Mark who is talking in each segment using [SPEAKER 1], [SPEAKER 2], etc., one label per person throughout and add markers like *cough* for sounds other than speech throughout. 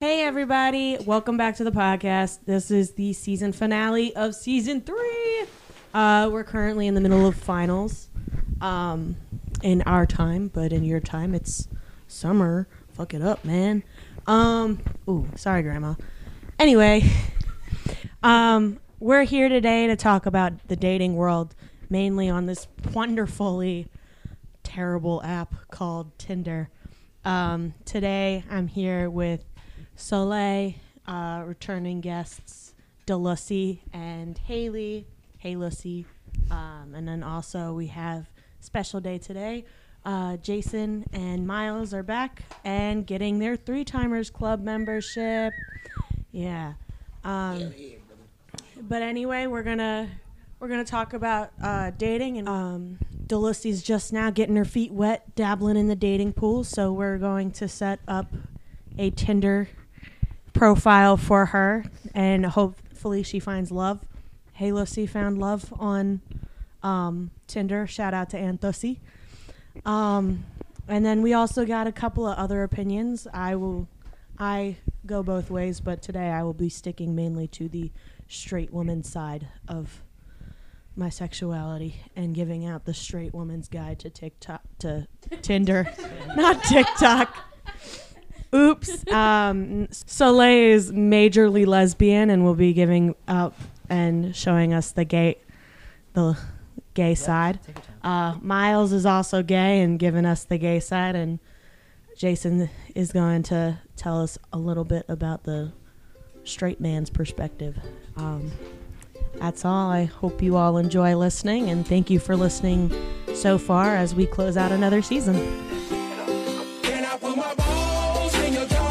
[SPEAKER 1] Hey, everybody. Welcome back to the podcast. This is the season finale of season three. Uh, we're currently in the middle of finals um, in our time, but in your time, it's summer. Fuck it up, man. Um, ooh, sorry, Grandma. Anyway, um, we're here today to talk about the dating world, mainly on this wonderfully terrible app called Tinder. Um, today, I'm here with Soleil, uh, returning guests, Delucy and Haley. Hey, Lucy. Um, and then also we have special day today. Uh, Jason and Miles are back and getting their three timers club membership. Yeah. Um, but anyway, we're gonna we're gonna talk about uh, dating and um, Delucy's just now getting her feet wet, dabbling in the dating pool. So we're going to set up a Tinder profile for her, and hopefully she finds love. Hey, Lucy found love on um, Tinder. Shout out to Aunt Lucy. Um, and then we also got a couple of other opinions. I will, I go both ways, but today I will be sticking mainly to the straight woman side of my sexuality and giving out the straight woman's guide to TikTok to Tinder, not TikTok. Oops. Um, Soleil is majorly lesbian and will be giving up and showing us the gay, the gay side. Uh, Miles is also gay and giving us the gay side, and Jason is going to tell us a little bit about the straight man's perspective. Um, that's all. I hope you all enjoy listening, and thank you for listening so far as we close out another season.
[SPEAKER 2] Can I put my balls in your jaw?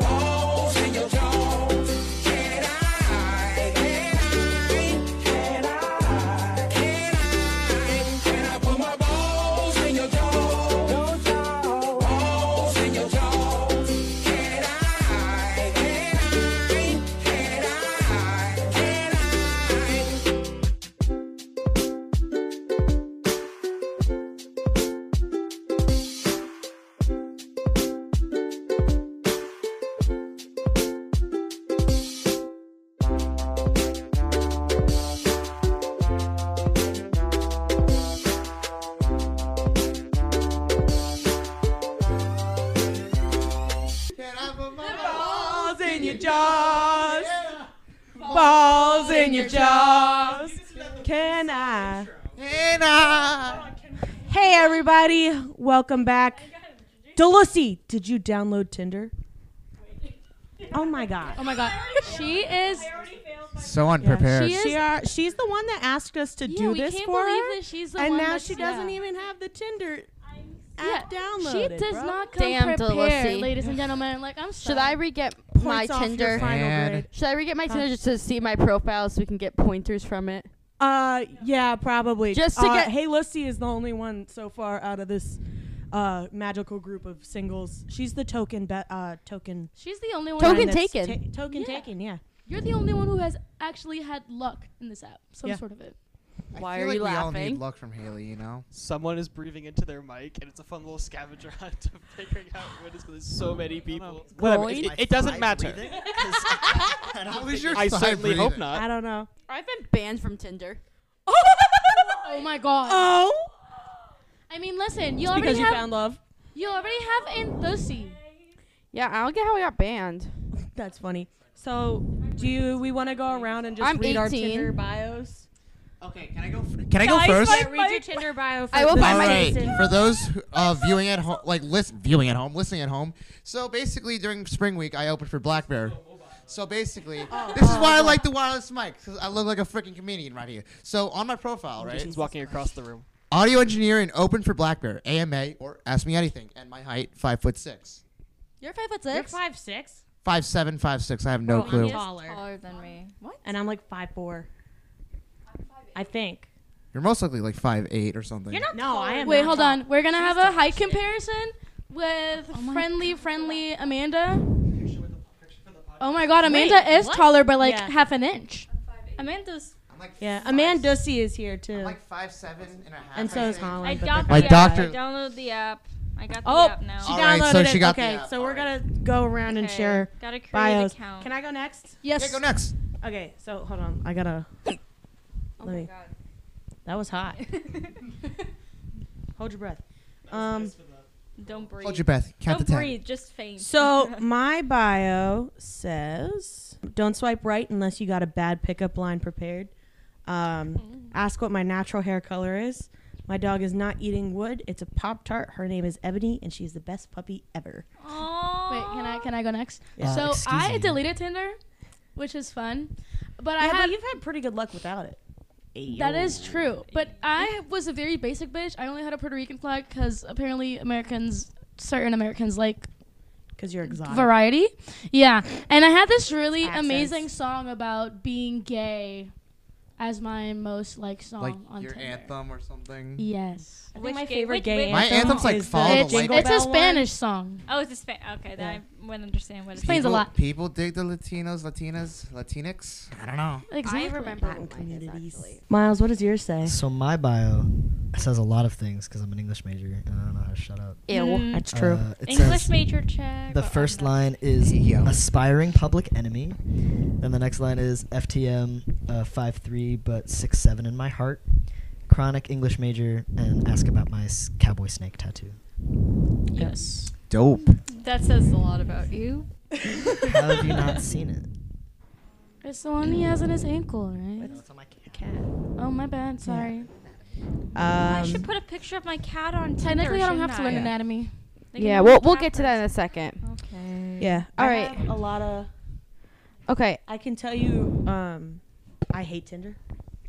[SPEAKER 2] Balls in your jaw. Can I? Can I? Can I? Can I? Can I put my balls in your jaw? Balls in your jaw. Can I? Can I? Can I? Can I?
[SPEAKER 1] Balls in your jaws. Balls in your jaws. Can I?
[SPEAKER 3] Can I?
[SPEAKER 1] Hey, everybody. Welcome back. Delucy, did you download Tinder? Oh my God.
[SPEAKER 4] Oh my god. She is.
[SPEAKER 3] So unprepared.
[SPEAKER 4] She is-
[SPEAKER 1] She are, she's the one that asked us to
[SPEAKER 4] Yeah,
[SPEAKER 1] do
[SPEAKER 4] we
[SPEAKER 1] this
[SPEAKER 4] can't
[SPEAKER 1] for
[SPEAKER 4] believe
[SPEAKER 1] her.
[SPEAKER 4] that she's the
[SPEAKER 1] and
[SPEAKER 4] one
[SPEAKER 1] now
[SPEAKER 4] that's-
[SPEAKER 1] she doesn't
[SPEAKER 4] yeah.
[SPEAKER 1] even have the Tinder
[SPEAKER 4] Yeah,
[SPEAKER 1] app downloaded.
[SPEAKER 4] She does
[SPEAKER 1] bro.
[SPEAKER 4] not come
[SPEAKER 5] Damn,
[SPEAKER 4] prepared,
[SPEAKER 5] Delucy.
[SPEAKER 4] ladies and gentlemen. Like I'm.
[SPEAKER 5] Should I re-get my
[SPEAKER 1] Points off your
[SPEAKER 5] Tinder?
[SPEAKER 1] final
[SPEAKER 3] Man.
[SPEAKER 1] grade.
[SPEAKER 5] Should I re-get my
[SPEAKER 1] Huh?
[SPEAKER 5] Tinder just to see my profile so we can get pointers from it?
[SPEAKER 1] Uh, yeah, probably.
[SPEAKER 5] Just to
[SPEAKER 1] Uh,
[SPEAKER 5] get-
[SPEAKER 1] Hey, Lucy is the only one so far out of this uh, magical group of singles. She's the token, be- uh, token,
[SPEAKER 4] She's the only one.
[SPEAKER 5] Token
[SPEAKER 1] one that's
[SPEAKER 5] taken.
[SPEAKER 1] ta- token
[SPEAKER 4] Yeah.
[SPEAKER 1] taken. Yeah.
[SPEAKER 4] You're the only one who has actually had luck in this app, some
[SPEAKER 1] Yeah.
[SPEAKER 4] sort of it.
[SPEAKER 5] Why
[SPEAKER 3] I feel
[SPEAKER 5] are
[SPEAKER 3] like
[SPEAKER 5] you
[SPEAKER 3] we all
[SPEAKER 5] laughing?
[SPEAKER 3] need luck from Haley, you know?
[SPEAKER 6] someone is breathing into their mic, and it's a fun little scavenger hunt to figuring out what is because there's so many people. Whatever, it,
[SPEAKER 5] Groin?
[SPEAKER 6] it- it doesn't matter. *laughs*
[SPEAKER 3] How is your
[SPEAKER 6] I
[SPEAKER 3] side
[SPEAKER 6] certainly hope
[SPEAKER 3] breathing?
[SPEAKER 1] I
[SPEAKER 6] not.
[SPEAKER 1] don't know.
[SPEAKER 5] I've been banned from Tinder.
[SPEAKER 4] Oh my
[SPEAKER 1] *laughs*
[SPEAKER 4] god.
[SPEAKER 1] Oh,
[SPEAKER 4] I mean, listen. You
[SPEAKER 1] because
[SPEAKER 4] already
[SPEAKER 1] you
[SPEAKER 4] have.
[SPEAKER 1] found love.
[SPEAKER 4] you already have Anthosi.
[SPEAKER 5] Yeah, I don't get how I got banned.
[SPEAKER 1] That's funny. So, do you, we want to go around and just
[SPEAKER 5] I'm
[SPEAKER 1] read our
[SPEAKER 5] 18.
[SPEAKER 1] Tinder bios?
[SPEAKER 3] Okay, can I go? F- can I go
[SPEAKER 1] Guys,
[SPEAKER 3] first?
[SPEAKER 1] yeah, read your Tinder bio.
[SPEAKER 5] I will
[SPEAKER 1] first.
[SPEAKER 5] find my
[SPEAKER 3] All right.
[SPEAKER 5] Jason.
[SPEAKER 3] For those who- uh, viewing at home, like listen, viewing at home, listening at home. So basically, during spring week, I opened for Black Bear. So basically, this is why I like the wireless mic. 'cause I look like a freaking comedian right here. So on my profile, right?
[SPEAKER 6] Jason's walking across the room.
[SPEAKER 3] Audio engineering open for Black Bear, AMA, or ask me anything. And my height, five foot six,
[SPEAKER 5] You're five foot
[SPEAKER 7] You're
[SPEAKER 5] six.
[SPEAKER 7] five six.
[SPEAKER 3] five seven, five six. I have no
[SPEAKER 1] Oh,
[SPEAKER 7] I'm
[SPEAKER 3] clue.
[SPEAKER 7] taller,
[SPEAKER 5] taller than me. What?
[SPEAKER 7] and I'm like five four. I think.
[SPEAKER 3] You're most likely like five eight or something.
[SPEAKER 7] You're not.
[SPEAKER 1] No,
[SPEAKER 7] taller.
[SPEAKER 1] I am
[SPEAKER 4] Wait,
[SPEAKER 1] not
[SPEAKER 4] hold
[SPEAKER 1] tall.
[SPEAKER 4] on. We're gonna have a height comparison with
[SPEAKER 5] Oh
[SPEAKER 4] friendly, friendly Amanda. Oh my god, Amanda
[SPEAKER 7] Wait,
[SPEAKER 4] is
[SPEAKER 7] what?
[SPEAKER 4] taller by like
[SPEAKER 7] Yeah.
[SPEAKER 4] half an inch. Amanda's.
[SPEAKER 3] I'm like
[SPEAKER 1] Yeah,
[SPEAKER 3] five-
[SPEAKER 1] Amanda Dussey is here too,
[SPEAKER 3] I'm like five seven and a half.
[SPEAKER 1] and so
[SPEAKER 3] I
[SPEAKER 1] is
[SPEAKER 3] think.
[SPEAKER 1] Holland.
[SPEAKER 7] I
[SPEAKER 1] but
[SPEAKER 7] got
[SPEAKER 1] they're
[SPEAKER 3] My
[SPEAKER 7] the
[SPEAKER 1] both
[SPEAKER 3] doctor-
[SPEAKER 7] app. I downloaded the app. I
[SPEAKER 8] I got the
[SPEAKER 1] Oh,
[SPEAKER 8] app now.
[SPEAKER 1] she
[SPEAKER 3] All right,
[SPEAKER 1] downloaded
[SPEAKER 3] so she
[SPEAKER 1] it.
[SPEAKER 3] got the
[SPEAKER 1] okay,
[SPEAKER 3] app.
[SPEAKER 1] so
[SPEAKER 3] All
[SPEAKER 1] we're
[SPEAKER 3] right.
[SPEAKER 1] gonna go around and
[SPEAKER 8] Okay,
[SPEAKER 1] share
[SPEAKER 8] Gotta create
[SPEAKER 1] bios.
[SPEAKER 8] an account.
[SPEAKER 1] Can I go next?
[SPEAKER 3] Okay,
[SPEAKER 4] Yes.
[SPEAKER 3] go next.
[SPEAKER 1] Okay, so hold on. I gotta.
[SPEAKER 5] Oh
[SPEAKER 1] Let
[SPEAKER 5] my
[SPEAKER 1] me
[SPEAKER 5] god.
[SPEAKER 7] That was hot.
[SPEAKER 1] hold your breath. Um,
[SPEAKER 8] *laughs* Don't breathe.
[SPEAKER 3] Hold your breath. Count
[SPEAKER 8] Don't
[SPEAKER 3] to ten.
[SPEAKER 8] breathe. Just faint. *laughs*
[SPEAKER 1] So my bio says, "Don't swipe right unless you got a bad pickup line prepared." Um, ask what my natural hair color is. My dog is not eating wood. It's a pop tart. Her name is Ebony, and she's the best puppy ever.
[SPEAKER 8] Aww.
[SPEAKER 4] Wait, can I can I go next?
[SPEAKER 3] Yeah. Uh,
[SPEAKER 4] so
[SPEAKER 3] excuse
[SPEAKER 4] I
[SPEAKER 3] me.
[SPEAKER 4] deleted Tinder, which is fun, but I
[SPEAKER 1] yeah,
[SPEAKER 4] had
[SPEAKER 1] but you've had pretty good luck without it.
[SPEAKER 4] that is true. But I was a very basic bitch. I only had a Puerto Rican flag because apparently Americans, certain Americans like
[SPEAKER 1] because you're exotic.
[SPEAKER 4] variety. Yeah, and I had this really
[SPEAKER 1] Accents.
[SPEAKER 4] amazing song about being gay as my most like song
[SPEAKER 3] Like
[SPEAKER 4] on
[SPEAKER 3] your
[SPEAKER 4] Tinder.
[SPEAKER 3] anthem or something.
[SPEAKER 4] Yes.
[SPEAKER 7] I
[SPEAKER 8] Which
[SPEAKER 7] think my
[SPEAKER 8] gay-
[SPEAKER 7] favorite
[SPEAKER 8] which-
[SPEAKER 7] gay
[SPEAKER 8] which-
[SPEAKER 3] My anthem's like
[SPEAKER 1] is the
[SPEAKER 3] follow the
[SPEAKER 4] It's,
[SPEAKER 3] light
[SPEAKER 1] jingle
[SPEAKER 4] it's a
[SPEAKER 1] bell one.
[SPEAKER 4] Spanish song.
[SPEAKER 8] Oh, it's a span. Okay, then I wouldn't understand what it's.
[SPEAKER 4] Explains a
[SPEAKER 3] people,
[SPEAKER 4] lot.
[SPEAKER 3] People dig the Latinos, Latinas, Latinx. I don't know.
[SPEAKER 4] Exactly.
[SPEAKER 5] I remember
[SPEAKER 1] Latin
[SPEAKER 5] what mine is
[SPEAKER 1] communities.
[SPEAKER 5] actually.
[SPEAKER 1] Miles, what does yours say?
[SPEAKER 9] So my bio says a lot of things because I'm an English major and I don't know how to shut up.
[SPEAKER 5] Ew.
[SPEAKER 8] Mm.
[SPEAKER 1] That's true.
[SPEAKER 9] Uh, it
[SPEAKER 8] English
[SPEAKER 9] says
[SPEAKER 8] major check.
[SPEAKER 9] the
[SPEAKER 8] but I'm
[SPEAKER 9] first
[SPEAKER 8] not-
[SPEAKER 9] line is
[SPEAKER 3] Yo.
[SPEAKER 9] aspiring public enemy, and the next line is FTM uh, five three but six seven in my heart, chronic English major, and ask about my s- cowboy snake tattoo.
[SPEAKER 4] Yes.
[SPEAKER 3] Dope.
[SPEAKER 8] That says a lot about you.
[SPEAKER 9] How have you not *laughs*
[SPEAKER 1] *laughs*
[SPEAKER 9] seen it?
[SPEAKER 4] It's the one he has on his ankle, right? Oh my bad, sorry.
[SPEAKER 8] I
[SPEAKER 1] Um,
[SPEAKER 8] should put a picture of my cat on.
[SPEAKER 4] Technically,
[SPEAKER 8] Tinder,
[SPEAKER 4] I don't have to
[SPEAKER 8] shouldn't
[SPEAKER 4] learn
[SPEAKER 8] I?
[SPEAKER 4] anatomy.
[SPEAKER 8] They can
[SPEAKER 5] Yeah,
[SPEAKER 8] do
[SPEAKER 5] we'll
[SPEAKER 8] it
[SPEAKER 5] we'll get to that in
[SPEAKER 8] backwards.
[SPEAKER 5] a second.
[SPEAKER 8] Okay.
[SPEAKER 1] yeah.
[SPEAKER 5] All
[SPEAKER 1] I
[SPEAKER 5] right.
[SPEAKER 1] have A lot of.
[SPEAKER 5] Okay.
[SPEAKER 1] I can tell you, um, I hate Tinder,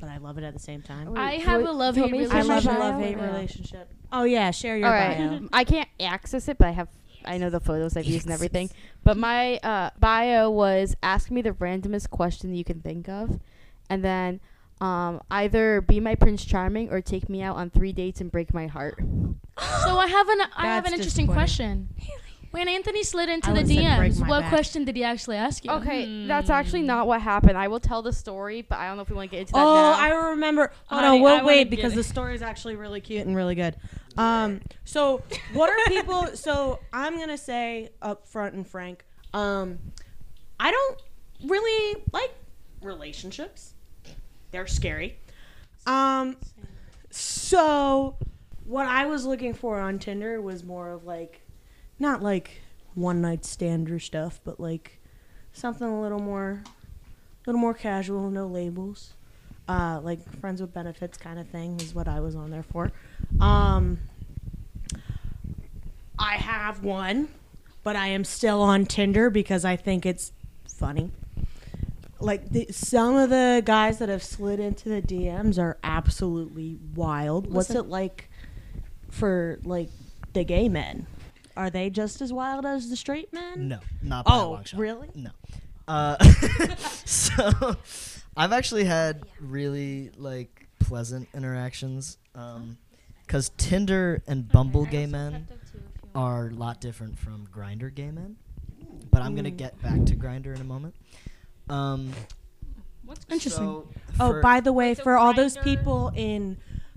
[SPEAKER 1] but I love it at the same time.
[SPEAKER 5] Wait,
[SPEAKER 4] I have
[SPEAKER 5] wait,
[SPEAKER 4] a love
[SPEAKER 5] tell
[SPEAKER 4] hate
[SPEAKER 5] me if
[SPEAKER 1] I
[SPEAKER 4] Is
[SPEAKER 5] my
[SPEAKER 1] love a
[SPEAKER 4] bio
[SPEAKER 1] love hate
[SPEAKER 4] or no?
[SPEAKER 1] relationship. Oh yeah, share your
[SPEAKER 5] All right.
[SPEAKER 1] bio.
[SPEAKER 5] *laughs* I can't access it, but I have I know the photos I've used and everything. But my uh, bio was ask me the randomest question you can think of, and then um, either be my prince charming or take me out on three dates and break my heart.
[SPEAKER 4] *laughs* So I have an I have
[SPEAKER 1] That's
[SPEAKER 4] an interesting
[SPEAKER 1] disappointing.
[SPEAKER 4] question. When Anthony slid into
[SPEAKER 1] I
[SPEAKER 4] the
[SPEAKER 1] would've said break
[SPEAKER 4] DMs,
[SPEAKER 1] my
[SPEAKER 4] what
[SPEAKER 1] back.
[SPEAKER 4] question did he actually ask
[SPEAKER 10] Oh,
[SPEAKER 4] you?
[SPEAKER 5] Okay, that's actually not what happened. I will tell the story, but I don't know if we want to get into that
[SPEAKER 1] Oh,
[SPEAKER 5] now.
[SPEAKER 1] I remember. Hold
[SPEAKER 8] Honey,
[SPEAKER 1] on, we'll
[SPEAKER 8] I wanna
[SPEAKER 1] wait
[SPEAKER 8] get
[SPEAKER 1] because
[SPEAKER 8] it.
[SPEAKER 1] the story is actually really cute and really good. Um, so what are people? so I'm gonna say up front and frank. Um, I don't really like relationships. They're scary. Um, so what I was looking for on Tinder was more of like, not like one night stand or stuff, but like something a little more, a little more casual, no labels uh, like friends with benefits kind of thing is what I was on there for. Um, I have one, but I am still on Tinder because I think it's funny. Like the, some of the guys that have slid into the DMs are absolutely wild. What's
[SPEAKER 4] Listen.
[SPEAKER 1] it like for like the gay men? Are they just as wild as the straight men?
[SPEAKER 9] No, not by a
[SPEAKER 1] Oh,
[SPEAKER 9] long shot.
[SPEAKER 1] really?
[SPEAKER 9] No. Uh, *laughs* so I've actually had really like pleasant interactions because Tinder and Bumble gay men are a lot different from Grinder gay men. But I'm
[SPEAKER 8] Mm.
[SPEAKER 9] gonna get back to Grinder in a moment. Um,
[SPEAKER 8] What's
[SPEAKER 4] Interesting.
[SPEAKER 9] so
[SPEAKER 1] Oh,
[SPEAKER 9] for-
[SPEAKER 1] by the way,
[SPEAKER 8] Wait, so
[SPEAKER 1] for all those
[SPEAKER 8] Grindr-
[SPEAKER 1] people in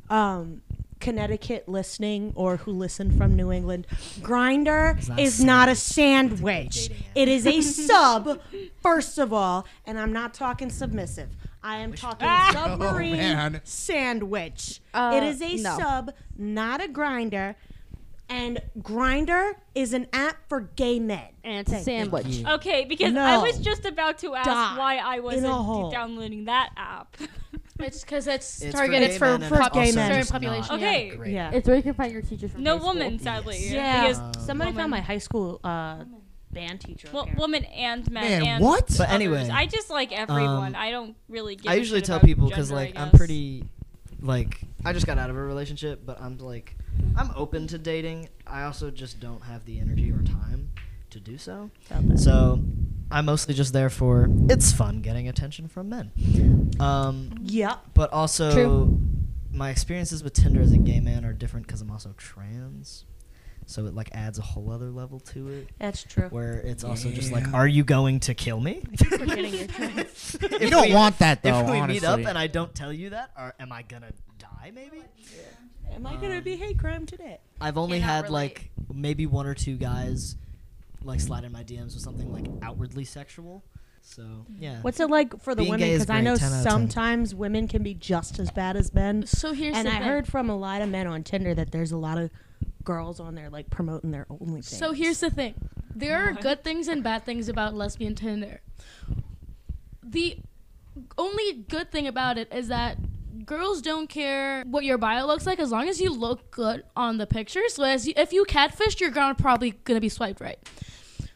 [SPEAKER 1] um, Connecticut listening or who listen from New England, Grinder
[SPEAKER 9] It's not a
[SPEAKER 1] is not a
[SPEAKER 9] It's
[SPEAKER 1] sandwich.
[SPEAKER 9] a dating app.
[SPEAKER 1] It is
[SPEAKER 9] *laughs*
[SPEAKER 1] a sub, first of all, and I'm not talking submissive. I am
[SPEAKER 9] *laughs*
[SPEAKER 1] talking
[SPEAKER 9] Oh,
[SPEAKER 1] submarine
[SPEAKER 3] man.
[SPEAKER 1] sandwich.
[SPEAKER 5] Uh,
[SPEAKER 1] it is a
[SPEAKER 5] no.
[SPEAKER 1] sub, not a grinder. And Grinder is an app for gay men.
[SPEAKER 5] and it's a
[SPEAKER 1] Thank you.
[SPEAKER 5] sandwich.
[SPEAKER 8] Okay, because I
[SPEAKER 1] No.
[SPEAKER 8] was just about to ask
[SPEAKER 1] Die
[SPEAKER 8] why I wasn't
[SPEAKER 1] hole.
[SPEAKER 8] downloading that app. *laughs*
[SPEAKER 4] It's because it's,
[SPEAKER 9] it's
[SPEAKER 4] targeted
[SPEAKER 9] gay
[SPEAKER 4] for
[SPEAKER 9] men and it's
[SPEAKER 1] pro- gay
[SPEAKER 9] also
[SPEAKER 1] men.
[SPEAKER 9] just
[SPEAKER 4] Certain population,
[SPEAKER 9] not
[SPEAKER 8] yeah. Okay.
[SPEAKER 9] great.
[SPEAKER 1] Yeah.
[SPEAKER 5] It's where you can find your teacher from
[SPEAKER 8] no
[SPEAKER 5] high school.
[SPEAKER 8] woman,
[SPEAKER 5] *laughs*
[SPEAKER 8] sadly.
[SPEAKER 9] Yes.
[SPEAKER 1] Yeah.
[SPEAKER 8] Because,
[SPEAKER 9] Um,
[SPEAKER 1] Somebody
[SPEAKER 8] Woman.
[SPEAKER 1] found my high school uh, band teacher.
[SPEAKER 8] well,
[SPEAKER 1] apparently.
[SPEAKER 8] woman and men.
[SPEAKER 3] Man,
[SPEAKER 8] and
[SPEAKER 3] what?
[SPEAKER 9] But
[SPEAKER 8] others.
[SPEAKER 9] anyway, um,
[SPEAKER 8] I just like everyone. I don't really. Give
[SPEAKER 9] I
[SPEAKER 8] a
[SPEAKER 9] usually
[SPEAKER 8] shit
[SPEAKER 9] tell
[SPEAKER 8] about
[SPEAKER 9] people because
[SPEAKER 8] gender,
[SPEAKER 9] like
[SPEAKER 8] I
[SPEAKER 9] I'm
[SPEAKER 8] guess.
[SPEAKER 9] pretty, like I just got out of a relationship, but I'm like I'm open to dating. I also just don't have the energy or time to do so. So I'm mostly just there for it's fun getting attention from men. Um,
[SPEAKER 1] Yep.
[SPEAKER 9] but also
[SPEAKER 5] True.
[SPEAKER 9] my experiences with Tinder as a gay man are different because I'm also trans. So it like adds a whole other level to it,
[SPEAKER 1] That's true. *laughs*
[SPEAKER 9] where it's also just like,
[SPEAKER 3] Yeah.
[SPEAKER 9] are you going to kill me?
[SPEAKER 1] forgetting your
[SPEAKER 9] *laughs* If
[SPEAKER 4] *laughs*
[SPEAKER 3] You don't
[SPEAKER 9] we-
[SPEAKER 3] want that though.
[SPEAKER 9] if we
[SPEAKER 3] honestly.
[SPEAKER 9] meet up and I don't tell you that, or am I gonna die? high, maybe.
[SPEAKER 1] Am I gonna
[SPEAKER 9] Um,
[SPEAKER 1] be hate crime today?
[SPEAKER 9] I've only
[SPEAKER 1] Cannot
[SPEAKER 9] had
[SPEAKER 1] relate.
[SPEAKER 9] like maybe one or two guys like slide in my DMs with something like outwardly sexual. So yeah.
[SPEAKER 1] What's it like for the
[SPEAKER 9] Being
[SPEAKER 1] women?
[SPEAKER 9] gay is
[SPEAKER 1] Because I
[SPEAKER 9] great,
[SPEAKER 1] know
[SPEAKER 9] 10 out of 10.
[SPEAKER 1] sometimes women can be just as bad as men.
[SPEAKER 4] So here's
[SPEAKER 1] and
[SPEAKER 4] the
[SPEAKER 1] I
[SPEAKER 4] thing.
[SPEAKER 1] heard from a lot of men on Tinder that there's a lot of girls on there like promoting their OnlyFans.
[SPEAKER 4] So here's the thing. There are good things and bad things about lesbian Tinder. The only good thing about it is that girls don't care what your bio looks like as long as you look good on the picture. So as you, if you catfished, you're gonna probably gonna be swiped right.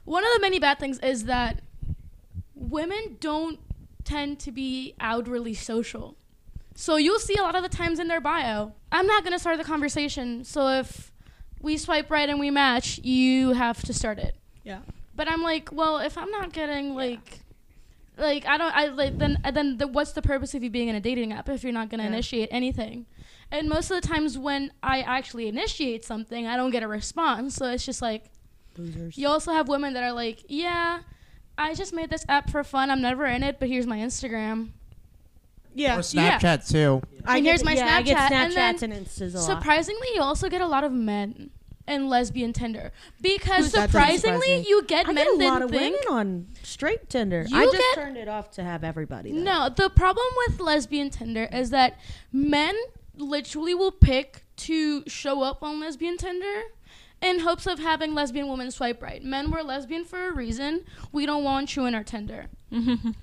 [SPEAKER 4] One of the many bad things is that women don't tend to be outwardly social. So you'll see a lot of the times in their bio, I'm not going to start the conversation. So if we swipe right and we match, you have to start it.
[SPEAKER 1] Yeah.
[SPEAKER 4] But I'm like, well, if I'm not getting like like I don't I like then uh, then the, what's the purpose of you being in a dating app if you're not going to
[SPEAKER 1] Yeah.
[SPEAKER 4] initiate anything? And most of the times when I actually initiate something, I don't get a response. So it's just like
[SPEAKER 1] Losers.
[SPEAKER 4] you also have women that are like, yeah, I just made this app for fun. I'm never in it, but here's my Instagram.
[SPEAKER 1] Yeah.
[SPEAKER 3] Or Snapchat too.
[SPEAKER 1] I
[SPEAKER 4] and
[SPEAKER 1] get-
[SPEAKER 4] here's my
[SPEAKER 1] yeah, I get
[SPEAKER 4] Snapchat, and
[SPEAKER 1] Snapchats
[SPEAKER 4] then
[SPEAKER 1] and Instas a lot.
[SPEAKER 4] Surprisingly, you also get a lot of men in lesbian Tinder because
[SPEAKER 1] That's
[SPEAKER 4] surprisingly,
[SPEAKER 1] surprising.
[SPEAKER 4] you get
[SPEAKER 1] I
[SPEAKER 4] men
[SPEAKER 1] get a lot
[SPEAKER 4] that
[SPEAKER 1] of
[SPEAKER 4] think.
[SPEAKER 1] women on straight Tinder.
[SPEAKER 4] You
[SPEAKER 1] I just
[SPEAKER 4] get-
[SPEAKER 1] turned it off to have everybody. Though.
[SPEAKER 4] No, the problem with lesbian Tinder is that men literally will pick to show up on lesbian Tinder in hopes of having lesbian women swipe right. Men were lesbian for a reason. We don't want you in our Tinder.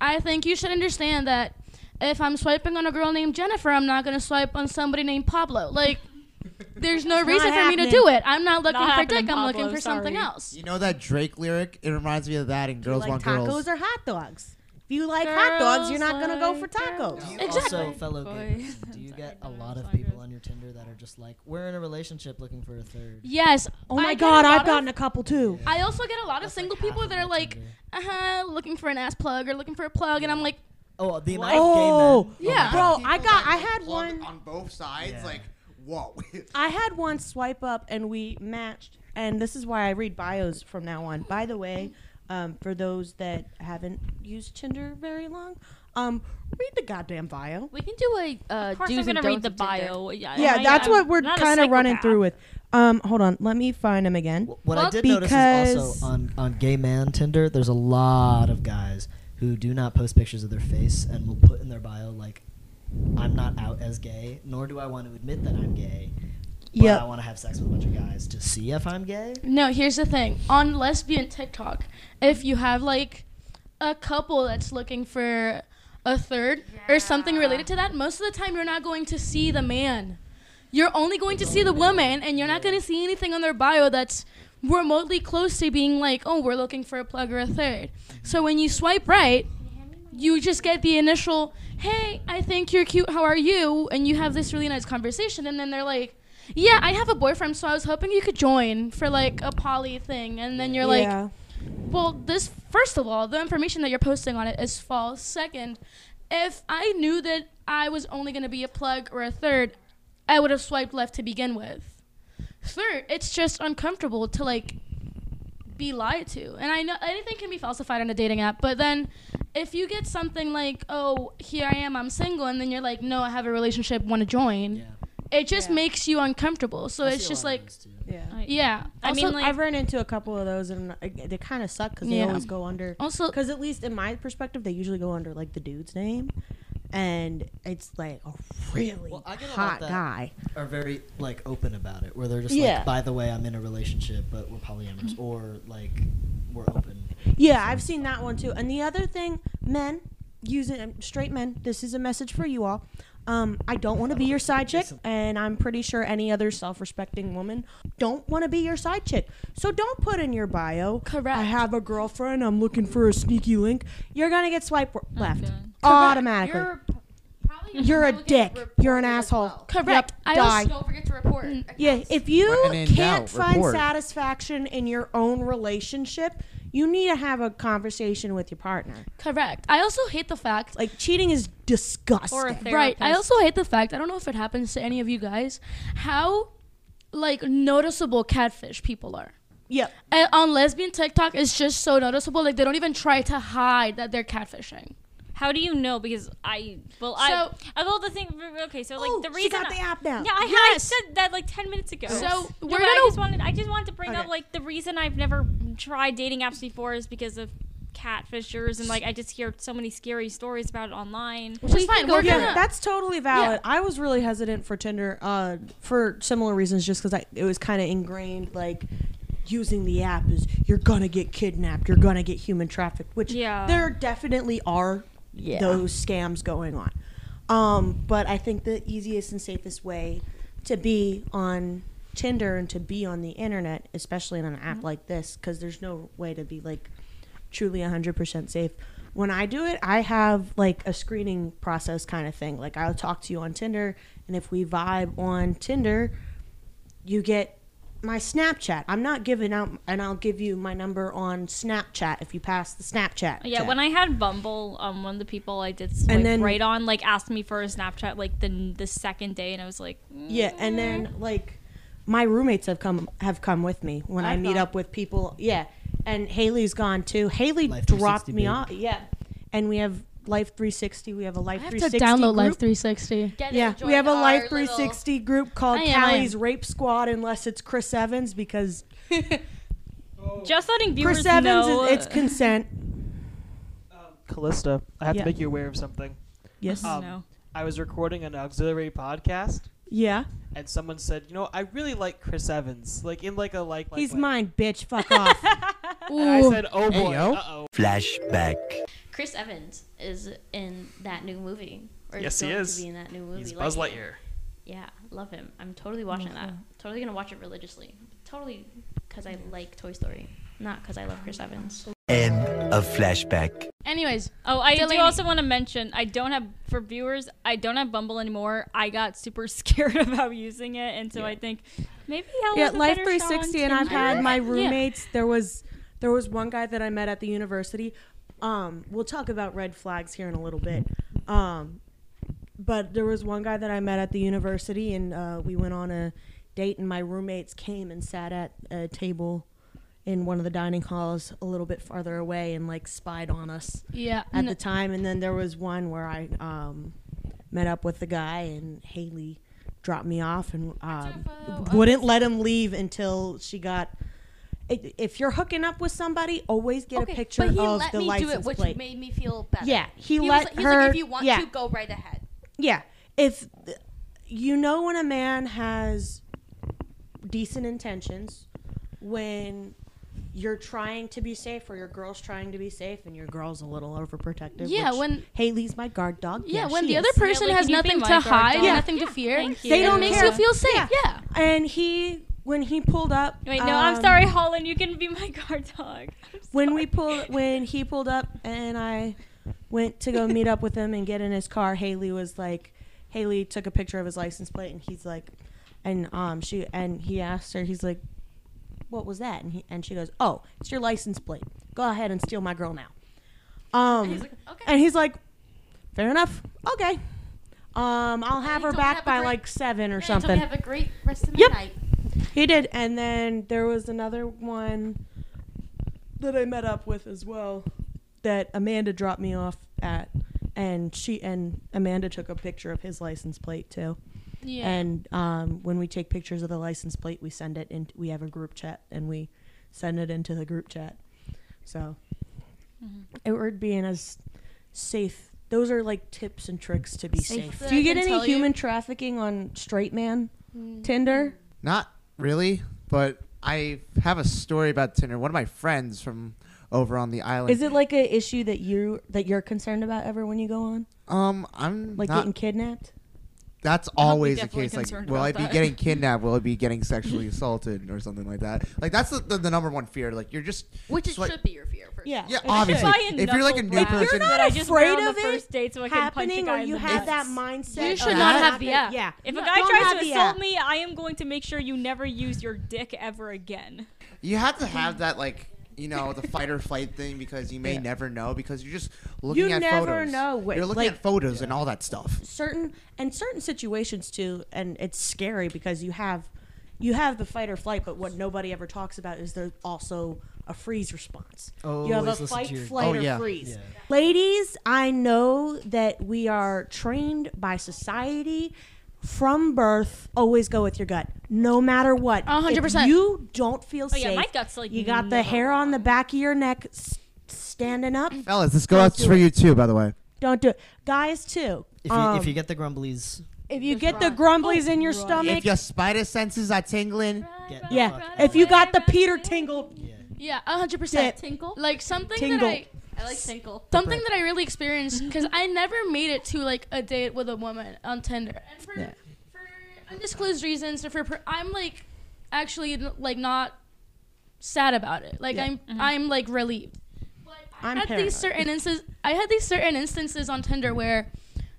[SPEAKER 4] I think you should understand that if I'm swiping on a girl named Jennifer, I'm not going to swipe on somebody named Pablo. Like, there's no reason for me to
[SPEAKER 1] happening.
[SPEAKER 4] do it. I'm not looking
[SPEAKER 8] Not
[SPEAKER 4] for dick.
[SPEAKER 8] happening,
[SPEAKER 4] I'm looking
[SPEAKER 8] Pablo,
[SPEAKER 4] for something
[SPEAKER 8] sorry.
[SPEAKER 4] else.
[SPEAKER 3] You know that Drake lyric? It reminds me of that in Girls
[SPEAKER 1] like
[SPEAKER 3] Want
[SPEAKER 1] tacos
[SPEAKER 3] Girls.
[SPEAKER 1] or hot dogs. If you like hot dogs, you're
[SPEAKER 8] Girls
[SPEAKER 1] not gonna go for
[SPEAKER 8] like
[SPEAKER 1] tacos.
[SPEAKER 9] Do you
[SPEAKER 4] *laughs*
[SPEAKER 9] Also,
[SPEAKER 4] Exactly.
[SPEAKER 9] fellow gay
[SPEAKER 4] *laughs*
[SPEAKER 8] Boys.
[SPEAKER 9] person, do you
[SPEAKER 8] Sorry,
[SPEAKER 9] get a
[SPEAKER 8] no,
[SPEAKER 9] lot
[SPEAKER 8] it's
[SPEAKER 9] of
[SPEAKER 8] all good.
[SPEAKER 9] people on your Tinder that are just like, we're in a relationship looking for a third?
[SPEAKER 4] Yes.
[SPEAKER 1] Oh my
[SPEAKER 4] I get a
[SPEAKER 1] god,
[SPEAKER 4] lot
[SPEAKER 1] I've
[SPEAKER 4] of-
[SPEAKER 1] gotten a couple too.
[SPEAKER 4] I also get a lot of single
[SPEAKER 9] Half
[SPEAKER 4] people
[SPEAKER 9] of
[SPEAKER 4] that
[SPEAKER 9] my
[SPEAKER 4] are like,
[SPEAKER 9] Tinder.
[SPEAKER 4] uh huh, looking for an ass plug or looking for a plug, and I'm like,
[SPEAKER 9] oh, the amount
[SPEAKER 1] Oh,
[SPEAKER 9] of gay men.
[SPEAKER 4] yeah.
[SPEAKER 1] Bro,
[SPEAKER 3] People
[SPEAKER 1] I got.
[SPEAKER 3] that
[SPEAKER 1] I
[SPEAKER 3] look
[SPEAKER 1] had
[SPEAKER 3] plugged
[SPEAKER 1] one.
[SPEAKER 3] on both sides.
[SPEAKER 9] Yeah.
[SPEAKER 3] Like, whoa. *laughs*
[SPEAKER 1] I had one swipe up, and we matched. And this is why I read bios from now on. By the way, um, for those that haven't used Tinder very long, um, read the goddamn bio.
[SPEAKER 5] We can do a uh,
[SPEAKER 8] Of course, I'm
[SPEAKER 5] do's and
[SPEAKER 8] gonna read
[SPEAKER 5] don'ts
[SPEAKER 8] the
[SPEAKER 5] of Tinder.
[SPEAKER 8] bio. Yeah,
[SPEAKER 1] Yeah,
[SPEAKER 8] I-
[SPEAKER 1] that's
[SPEAKER 8] I'm
[SPEAKER 1] what we're
[SPEAKER 8] not a
[SPEAKER 1] kind of running
[SPEAKER 8] psychopath.
[SPEAKER 1] through with. Um, hold on, let me find him again.
[SPEAKER 9] Wh- What I
[SPEAKER 4] Well,
[SPEAKER 9] did notice is
[SPEAKER 1] because-
[SPEAKER 9] also on, on gay man Tinder, there's a lot of guys who do not post pictures of their face and will put in their bio, like, I'm not out as gay, nor do I want to admit that I'm gay. But
[SPEAKER 1] Yep.
[SPEAKER 9] I want to have sex with a bunch of guys to see if I'm gay.
[SPEAKER 4] no, here's the thing. On lesbian TikTok, if you have like a couple that's looking for a third or something related to that, most of the time you're not going to see the man. You're only going to see the woman, and you're not going to see anything on their bio that's remotely close to being like, oh, we're looking for a plug or a third. So when you swipe right, you just get the initial, hey, I think you're cute, how are you? And you have this really nice conversation, and then they're like, yeah, I have a boyfriend, so I was hoping you could join for like a poly thing. And then you're like,
[SPEAKER 1] yeah.
[SPEAKER 4] well, this first of all, the information that you're posting on it is false. Second, if I knew that I was only going to be a plug or a third, I would have swiped left to begin with. Third, it's just uncomfortable to like be lied to. And I know anything can be falsified on a dating app, but then if you get something like, "Oh, here I am, I'm single," and then you're like, "No, I have a relationship, want to join."
[SPEAKER 9] Yeah.
[SPEAKER 4] It just
[SPEAKER 1] Yeah.
[SPEAKER 4] makes you uncomfortable. So
[SPEAKER 9] I see
[SPEAKER 4] it's
[SPEAKER 9] a
[SPEAKER 4] just
[SPEAKER 9] lot of
[SPEAKER 4] like
[SPEAKER 9] those, too.
[SPEAKER 1] yeah.
[SPEAKER 4] yeah.
[SPEAKER 8] I mean,
[SPEAKER 1] Also,
[SPEAKER 8] like-
[SPEAKER 1] I've run into a couple of those, and uh, they kind of suck because they
[SPEAKER 4] Yeah.
[SPEAKER 1] always go under.
[SPEAKER 4] also
[SPEAKER 1] Because at least in my perspective, they usually go under like the dude's name, and it's like a really
[SPEAKER 9] Well, I get a lot
[SPEAKER 1] hot
[SPEAKER 9] that-
[SPEAKER 1] guy.
[SPEAKER 9] are very like open about it, where they're just
[SPEAKER 1] Yeah. Mm-hmm.
[SPEAKER 9] like, by the way, I'm in a relationship, but we're polyamorous, or like we're open.
[SPEAKER 1] Yeah, I've seen that one too. And the other thing, men using um, straight men. This is a message for you all. Um, I don't want to be your side chick, and I'm pretty sure any other self-respecting woman don't want to be your side chick. So don't put in your bio. I
[SPEAKER 4] Correct.
[SPEAKER 1] have a girlfriend. I'm looking for a sneaky link. You're gonna get swiped r- left automatically. You're,
[SPEAKER 11] You're, probably
[SPEAKER 1] a dick. You're an asshole.
[SPEAKER 4] correct.
[SPEAKER 1] Yep,
[SPEAKER 4] I
[SPEAKER 1] die.
[SPEAKER 4] also
[SPEAKER 11] Don't forget to report.
[SPEAKER 1] Yeah, if you
[SPEAKER 3] When in
[SPEAKER 1] can't
[SPEAKER 3] doubt,
[SPEAKER 1] find
[SPEAKER 3] report.
[SPEAKER 1] satisfaction in your own relationship, you need to have a conversation with your partner.
[SPEAKER 4] Correct. I also hate the fact,
[SPEAKER 1] Like cheating is disgusting.
[SPEAKER 8] Or a therapist.
[SPEAKER 4] right? I also hate the fact. I don't know if it happens to any of you guys, how like noticeable catfish people are.
[SPEAKER 1] yep.
[SPEAKER 4] And on lesbian TikTok, it's just so noticeable. Like they don't even try to hide that they're catfishing.
[SPEAKER 8] How do you know? Because I well I I well the thing okay so like
[SPEAKER 1] Oh,
[SPEAKER 8] the
[SPEAKER 1] she
[SPEAKER 8] reason
[SPEAKER 1] got the app now.
[SPEAKER 8] yeah I, I
[SPEAKER 1] Yes.
[SPEAKER 8] said that like ten minutes ago.
[SPEAKER 1] So,
[SPEAKER 8] No,
[SPEAKER 1] we're
[SPEAKER 8] but I
[SPEAKER 1] gonna-
[SPEAKER 8] just wanted I just wanted to bring up
[SPEAKER 1] Okay.
[SPEAKER 8] like the reason I've never tried dating apps before is because of catfishers and like I just hear so many scary stories about it online.
[SPEAKER 1] Which is fine. We're gonna, that's totally valid. I was really hesitant for Tinder uh, for similar reasons, just because it was kind of ingrained, like using the app is you're gonna get kidnapped, you're gonna get human trafficked, which
[SPEAKER 8] Yeah.
[SPEAKER 1] there definitely are
[SPEAKER 8] Yeah.
[SPEAKER 1] those scams going on. Um, but I think the easiest and safest way to be on Tinder and to be on the internet, especially in an app like this, because there's no way to be like truly 100% safe. When I do it, I have like a screening process kind of thing. Like I'll talk to you on Tinder, and if we vibe on Tinder, you get my Snapchat. I'm not giving out, and I'll give you my number on Snapchat if you pass the Snapchat.
[SPEAKER 8] Yeah,
[SPEAKER 1] check.
[SPEAKER 8] when I had Bumble, um, one of the people I did swipe
[SPEAKER 1] And then-
[SPEAKER 8] right on like asked me for a Snapchat like the the second day, and I was like,
[SPEAKER 1] Yeah, and then like my roommates have come have come with me when I,
[SPEAKER 8] I
[SPEAKER 1] meet
[SPEAKER 8] thought-
[SPEAKER 1] up with people. Yeah, and Haley's gone too. Haley
[SPEAKER 4] Life
[SPEAKER 1] dropped
[SPEAKER 4] 360
[SPEAKER 1] me
[SPEAKER 4] babe.
[SPEAKER 1] off. Yeah, and we have Life 360. We have a Life
[SPEAKER 4] I have to
[SPEAKER 1] 360.
[SPEAKER 4] download Life
[SPEAKER 1] group.
[SPEAKER 4] 360. Get it,
[SPEAKER 1] yeah,
[SPEAKER 4] join
[SPEAKER 1] we have a
[SPEAKER 4] our
[SPEAKER 1] Life
[SPEAKER 4] little-
[SPEAKER 1] 360 group called
[SPEAKER 4] I am, I am.
[SPEAKER 1] Callie's Rape Squad, unless it's Chris Evans because
[SPEAKER 8] just letting viewers
[SPEAKER 1] Chris Evans
[SPEAKER 8] know
[SPEAKER 1] Oh.
[SPEAKER 8] uh,
[SPEAKER 1] is, it's consent.
[SPEAKER 6] Um, Callista, I have
[SPEAKER 1] Yeah.
[SPEAKER 6] to make you aware of something.
[SPEAKER 4] *laughs*
[SPEAKER 1] Yes.
[SPEAKER 6] Um,
[SPEAKER 1] No.
[SPEAKER 6] I was recording an auxiliary podcast,
[SPEAKER 1] Yeah,
[SPEAKER 6] and someone said, "You know, I really like Chris Evans, like in like a like." like
[SPEAKER 1] he's
[SPEAKER 6] way."
[SPEAKER 1] mine, bitch. Fuck off.
[SPEAKER 6] And I said, "Oh
[SPEAKER 2] Hey,
[SPEAKER 6] boy,
[SPEAKER 2] yo.
[SPEAKER 6] uh oh."
[SPEAKER 2] Flashback.
[SPEAKER 12] Chris Evans is in that new movie. Or
[SPEAKER 6] Yes,
[SPEAKER 12] is
[SPEAKER 6] he
[SPEAKER 12] going
[SPEAKER 6] is.
[SPEAKER 12] To be in that new movie.
[SPEAKER 6] He's Buzz
[SPEAKER 12] Lightyear.
[SPEAKER 6] Lightyear.
[SPEAKER 12] Yeah, love him. I'm totally watching
[SPEAKER 8] Love
[SPEAKER 12] that. Totally gonna watch it religiously. Totally because I like Toy Story, not because I love Chris Evans.
[SPEAKER 2] End of flashback.
[SPEAKER 4] Anyways,
[SPEAKER 8] oh, I
[SPEAKER 4] Delaney.
[SPEAKER 8] do also want to mention I don't have for viewers. I don't have Bumble anymore. I got super *laughs* scared about using it, and so I think maybe I'll
[SPEAKER 1] yeah,
[SPEAKER 8] have a
[SPEAKER 1] Life
[SPEAKER 8] better shot on
[SPEAKER 1] 360, and I've
[SPEAKER 8] Tinder.
[SPEAKER 1] had my
[SPEAKER 8] *laughs* Yeah.
[SPEAKER 1] roommates. There was there was one guy that I met at the university. Um, we'll talk about red flags here in a little bit. Um, but there was one guy that I met at the university, and uh, we went on a date, and my roommates came and sat at a table in one of the dining halls a little bit farther away and like spied on us
[SPEAKER 4] Yeah,
[SPEAKER 1] at
[SPEAKER 4] n-
[SPEAKER 1] the time and then there was one where i um, met up with the guy and haley dropped me off and um, wouldn't let him leave until she got i- if you're hooking up with somebody always get a picture
[SPEAKER 10] but he
[SPEAKER 1] of
[SPEAKER 10] let
[SPEAKER 1] the
[SPEAKER 10] me
[SPEAKER 1] license
[SPEAKER 10] do it, which
[SPEAKER 1] plate
[SPEAKER 10] made me feel better.
[SPEAKER 1] Yeah, he
[SPEAKER 10] was
[SPEAKER 1] let
[SPEAKER 10] like- he's like,
[SPEAKER 1] her-
[SPEAKER 10] if you want
[SPEAKER 1] yeah.
[SPEAKER 10] to, go right ahead.
[SPEAKER 1] yeah if th- you know when a man has decent intentions when you're trying to be safe or your girl's trying to be safe and your girl's a little overprotective
[SPEAKER 4] Yeah,
[SPEAKER 1] which
[SPEAKER 4] when-
[SPEAKER 1] haley's my guard dog
[SPEAKER 4] Yeah,
[SPEAKER 1] yes,
[SPEAKER 4] when
[SPEAKER 1] she
[SPEAKER 4] the other
[SPEAKER 1] is.
[SPEAKER 4] person has nothing to hide,
[SPEAKER 1] Yeah.
[SPEAKER 4] nothing to fear,
[SPEAKER 8] Thank you.
[SPEAKER 4] it makes you feel safe. Yeah.
[SPEAKER 1] and he when he pulled up
[SPEAKER 8] Wait, no, I'm
[SPEAKER 1] um,
[SPEAKER 8] sorry, Holland. You can be my guard dog.
[SPEAKER 1] when we pulled when he pulled up and I went to go meet up with him and get in his car, Haley was like Haley took a picture of his license plate and he's like and um she and he asked her, he's like, What was that? And he and she goes, Oh, it's your license plate. Go ahead and steal my girl now. Um and he's like, Fair enough. Okay. Um, I'll have her back by like seven or something.
[SPEAKER 10] have a great rest of my
[SPEAKER 1] Yep.
[SPEAKER 10] night.
[SPEAKER 1] He did, and then there was another one that I met up with as well that Amanda dropped me off at, and she and Amanda took a picture of his license plate too.
[SPEAKER 4] Yeah.
[SPEAKER 1] And um, when we take pictures of the license plate, we send it in. We have a group chat, and we send it into the group chat. So
[SPEAKER 3] Mm-hmm.
[SPEAKER 1] it would be in as safe. Those are like tips and tricks to be
[SPEAKER 3] Safe.
[SPEAKER 1] safe.
[SPEAKER 3] That
[SPEAKER 1] Do you
[SPEAKER 3] I
[SPEAKER 1] get
[SPEAKER 3] can
[SPEAKER 1] any
[SPEAKER 3] tell you-
[SPEAKER 1] human trafficking on straight man Tinder?
[SPEAKER 3] Not really, but I have a story about Tinder. One of my friends from over on the island.
[SPEAKER 1] Is it like a issue that you that you're concerned about ever when you go on?
[SPEAKER 3] Um, I'm
[SPEAKER 1] like
[SPEAKER 3] not-
[SPEAKER 1] getting kidnapped.
[SPEAKER 3] That's always the
[SPEAKER 1] definitely
[SPEAKER 3] case. Like,
[SPEAKER 1] concerned
[SPEAKER 3] will
[SPEAKER 1] about
[SPEAKER 3] I be
[SPEAKER 1] that. *laughs*
[SPEAKER 3] getting kidnapped? Will I be getting sexually assaulted or something like that? Like, that's the, the, the number one fear. Like, you're just
[SPEAKER 10] Which it
[SPEAKER 3] so, like,
[SPEAKER 10] should be your fear. First.
[SPEAKER 1] Yeah.
[SPEAKER 3] Yeah, obviously. If you're like a new
[SPEAKER 1] you're
[SPEAKER 3] person,
[SPEAKER 1] not
[SPEAKER 8] I just wear
[SPEAKER 1] afraid
[SPEAKER 8] on
[SPEAKER 1] of
[SPEAKER 8] the
[SPEAKER 1] it
[SPEAKER 8] first date so I can punch a
[SPEAKER 1] happening,
[SPEAKER 8] guy
[SPEAKER 1] or
[SPEAKER 8] in
[SPEAKER 1] you
[SPEAKER 8] the
[SPEAKER 1] have
[SPEAKER 8] nuts.
[SPEAKER 1] that mindset.
[SPEAKER 8] You
[SPEAKER 1] of
[SPEAKER 8] should not
[SPEAKER 1] that
[SPEAKER 8] have the
[SPEAKER 1] happening.
[SPEAKER 8] app.
[SPEAKER 1] Yeah.
[SPEAKER 8] If a
[SPEAKER 1] Don't
[SPEAKER 8] guy tries
[SPEAKER 1] have
[SPEAKER 8] to
[SPEAKER 1] the
[SPEAKER 8] assault
[SPEAKER 1] app.
[SPEAKER 8] me, I am going to make sure you never use your dick ever again.
[SPEAKER 3] you have to have that like. You know the fight or flight thing because you may never know because you're just looking
[SPEAKER 1] You
[SPEAKER 3] at
[SPEAKER 1] never
[SPEAKER 3] photos.
[SPEAKER 1] know what-
[SPEAKER 3] you're looking
[SPEAKER 1] like-
[SPEAKER 3] at photos and all that stuff.
[SPEAKER 1] certain and certain situations too, and it's scary because you have you have the fight or flight, but what nobody ever talks about is there's also a freeze response.
[SPEAKER 9] Oh,
[SPEAKER 1] you have a
[SPEAKER 9] always listen to
[SPEAKER 1] fight,
[SPEAKER 9] your-
[SPEAKER 1] flight,
[SPEAKER 9] Oh,
[SPEAKER 1] or
[SPEAKER 9] yeah.
[SPEAKER 1] freeze.
[SPEAKER 9] Yeah.
[SPEAKER 1] Ladies, I know that we are trained by society from birth. Always go with your gut, no matter what.
[SPEAKER 4] hundred
[SPEAKER 1] If
[SPEAKER 4] percent.
[SPEAKER 1] You don't feel
[SPEAKER 4] Oh,
[SPEAKER 1] safe.
[SPEAKER 4] yeah, my gut's like,
[SPEAKER 1] you got the
[SPEAKER 4] never
[SPEAKER 1] hair on the back of your neck s- standing up.
[SPEAKER 3] Fellas, this goes
[SPEAKER 1] Don't
[SPEAKER 3] out
[SPEAKER 1] do
[SPEAKER 3] for
[SPEAKER 1] it.
[SPEAKER 3] you too, by the way.
[SPEAKER 1] Don't do it, guys. Too.
[SPEAKER 9] If you,
[SPEAKER 1] Um,
[SPEAKER 9] if you get the grumblies,
[SPEAKER 1] if you get the grumblies in
[SPEAKER 4] Oh,
[SPEAKER 1] your stomach,
[SPEAKER 3] If your spider senses are tingling,
[SPEAKER 1] yeah. if you got the Peter tingle,
[SPEAKER 4] Yeah, a hundred percent.
[SPEAKER 1] Dip.
[SPEAKER 4] Tinkle. Like something
[SPEAKER 1] Tingle. Mm-hmm.
[SPEAKER 4] that I.
[SPEAKER 12] I like tinkle.
[SPEAKER 4] Something that I really experienced because I never made it to like a date with a woman on Tinder, and for,
[SPEAKER 12] Yeah.
[SPEAKER 4] for undisclosed reasons, or for per- I'm like actually like not sad about it. Like
[SPEAKER 1] Yeah.
[SPEAKER 4] I'm
[SPEAKER 12] Mm-hmm.
[SPEAKER 1] Mhm.
[SPEAKER 4] I'm like relieved.
[SPEAKER 1] I'm
[SPEAKER 4] I had
[SPEAKER 1] paranoid.
[SPEAKER 4] these certain instances. I had these certain instances on Tinder where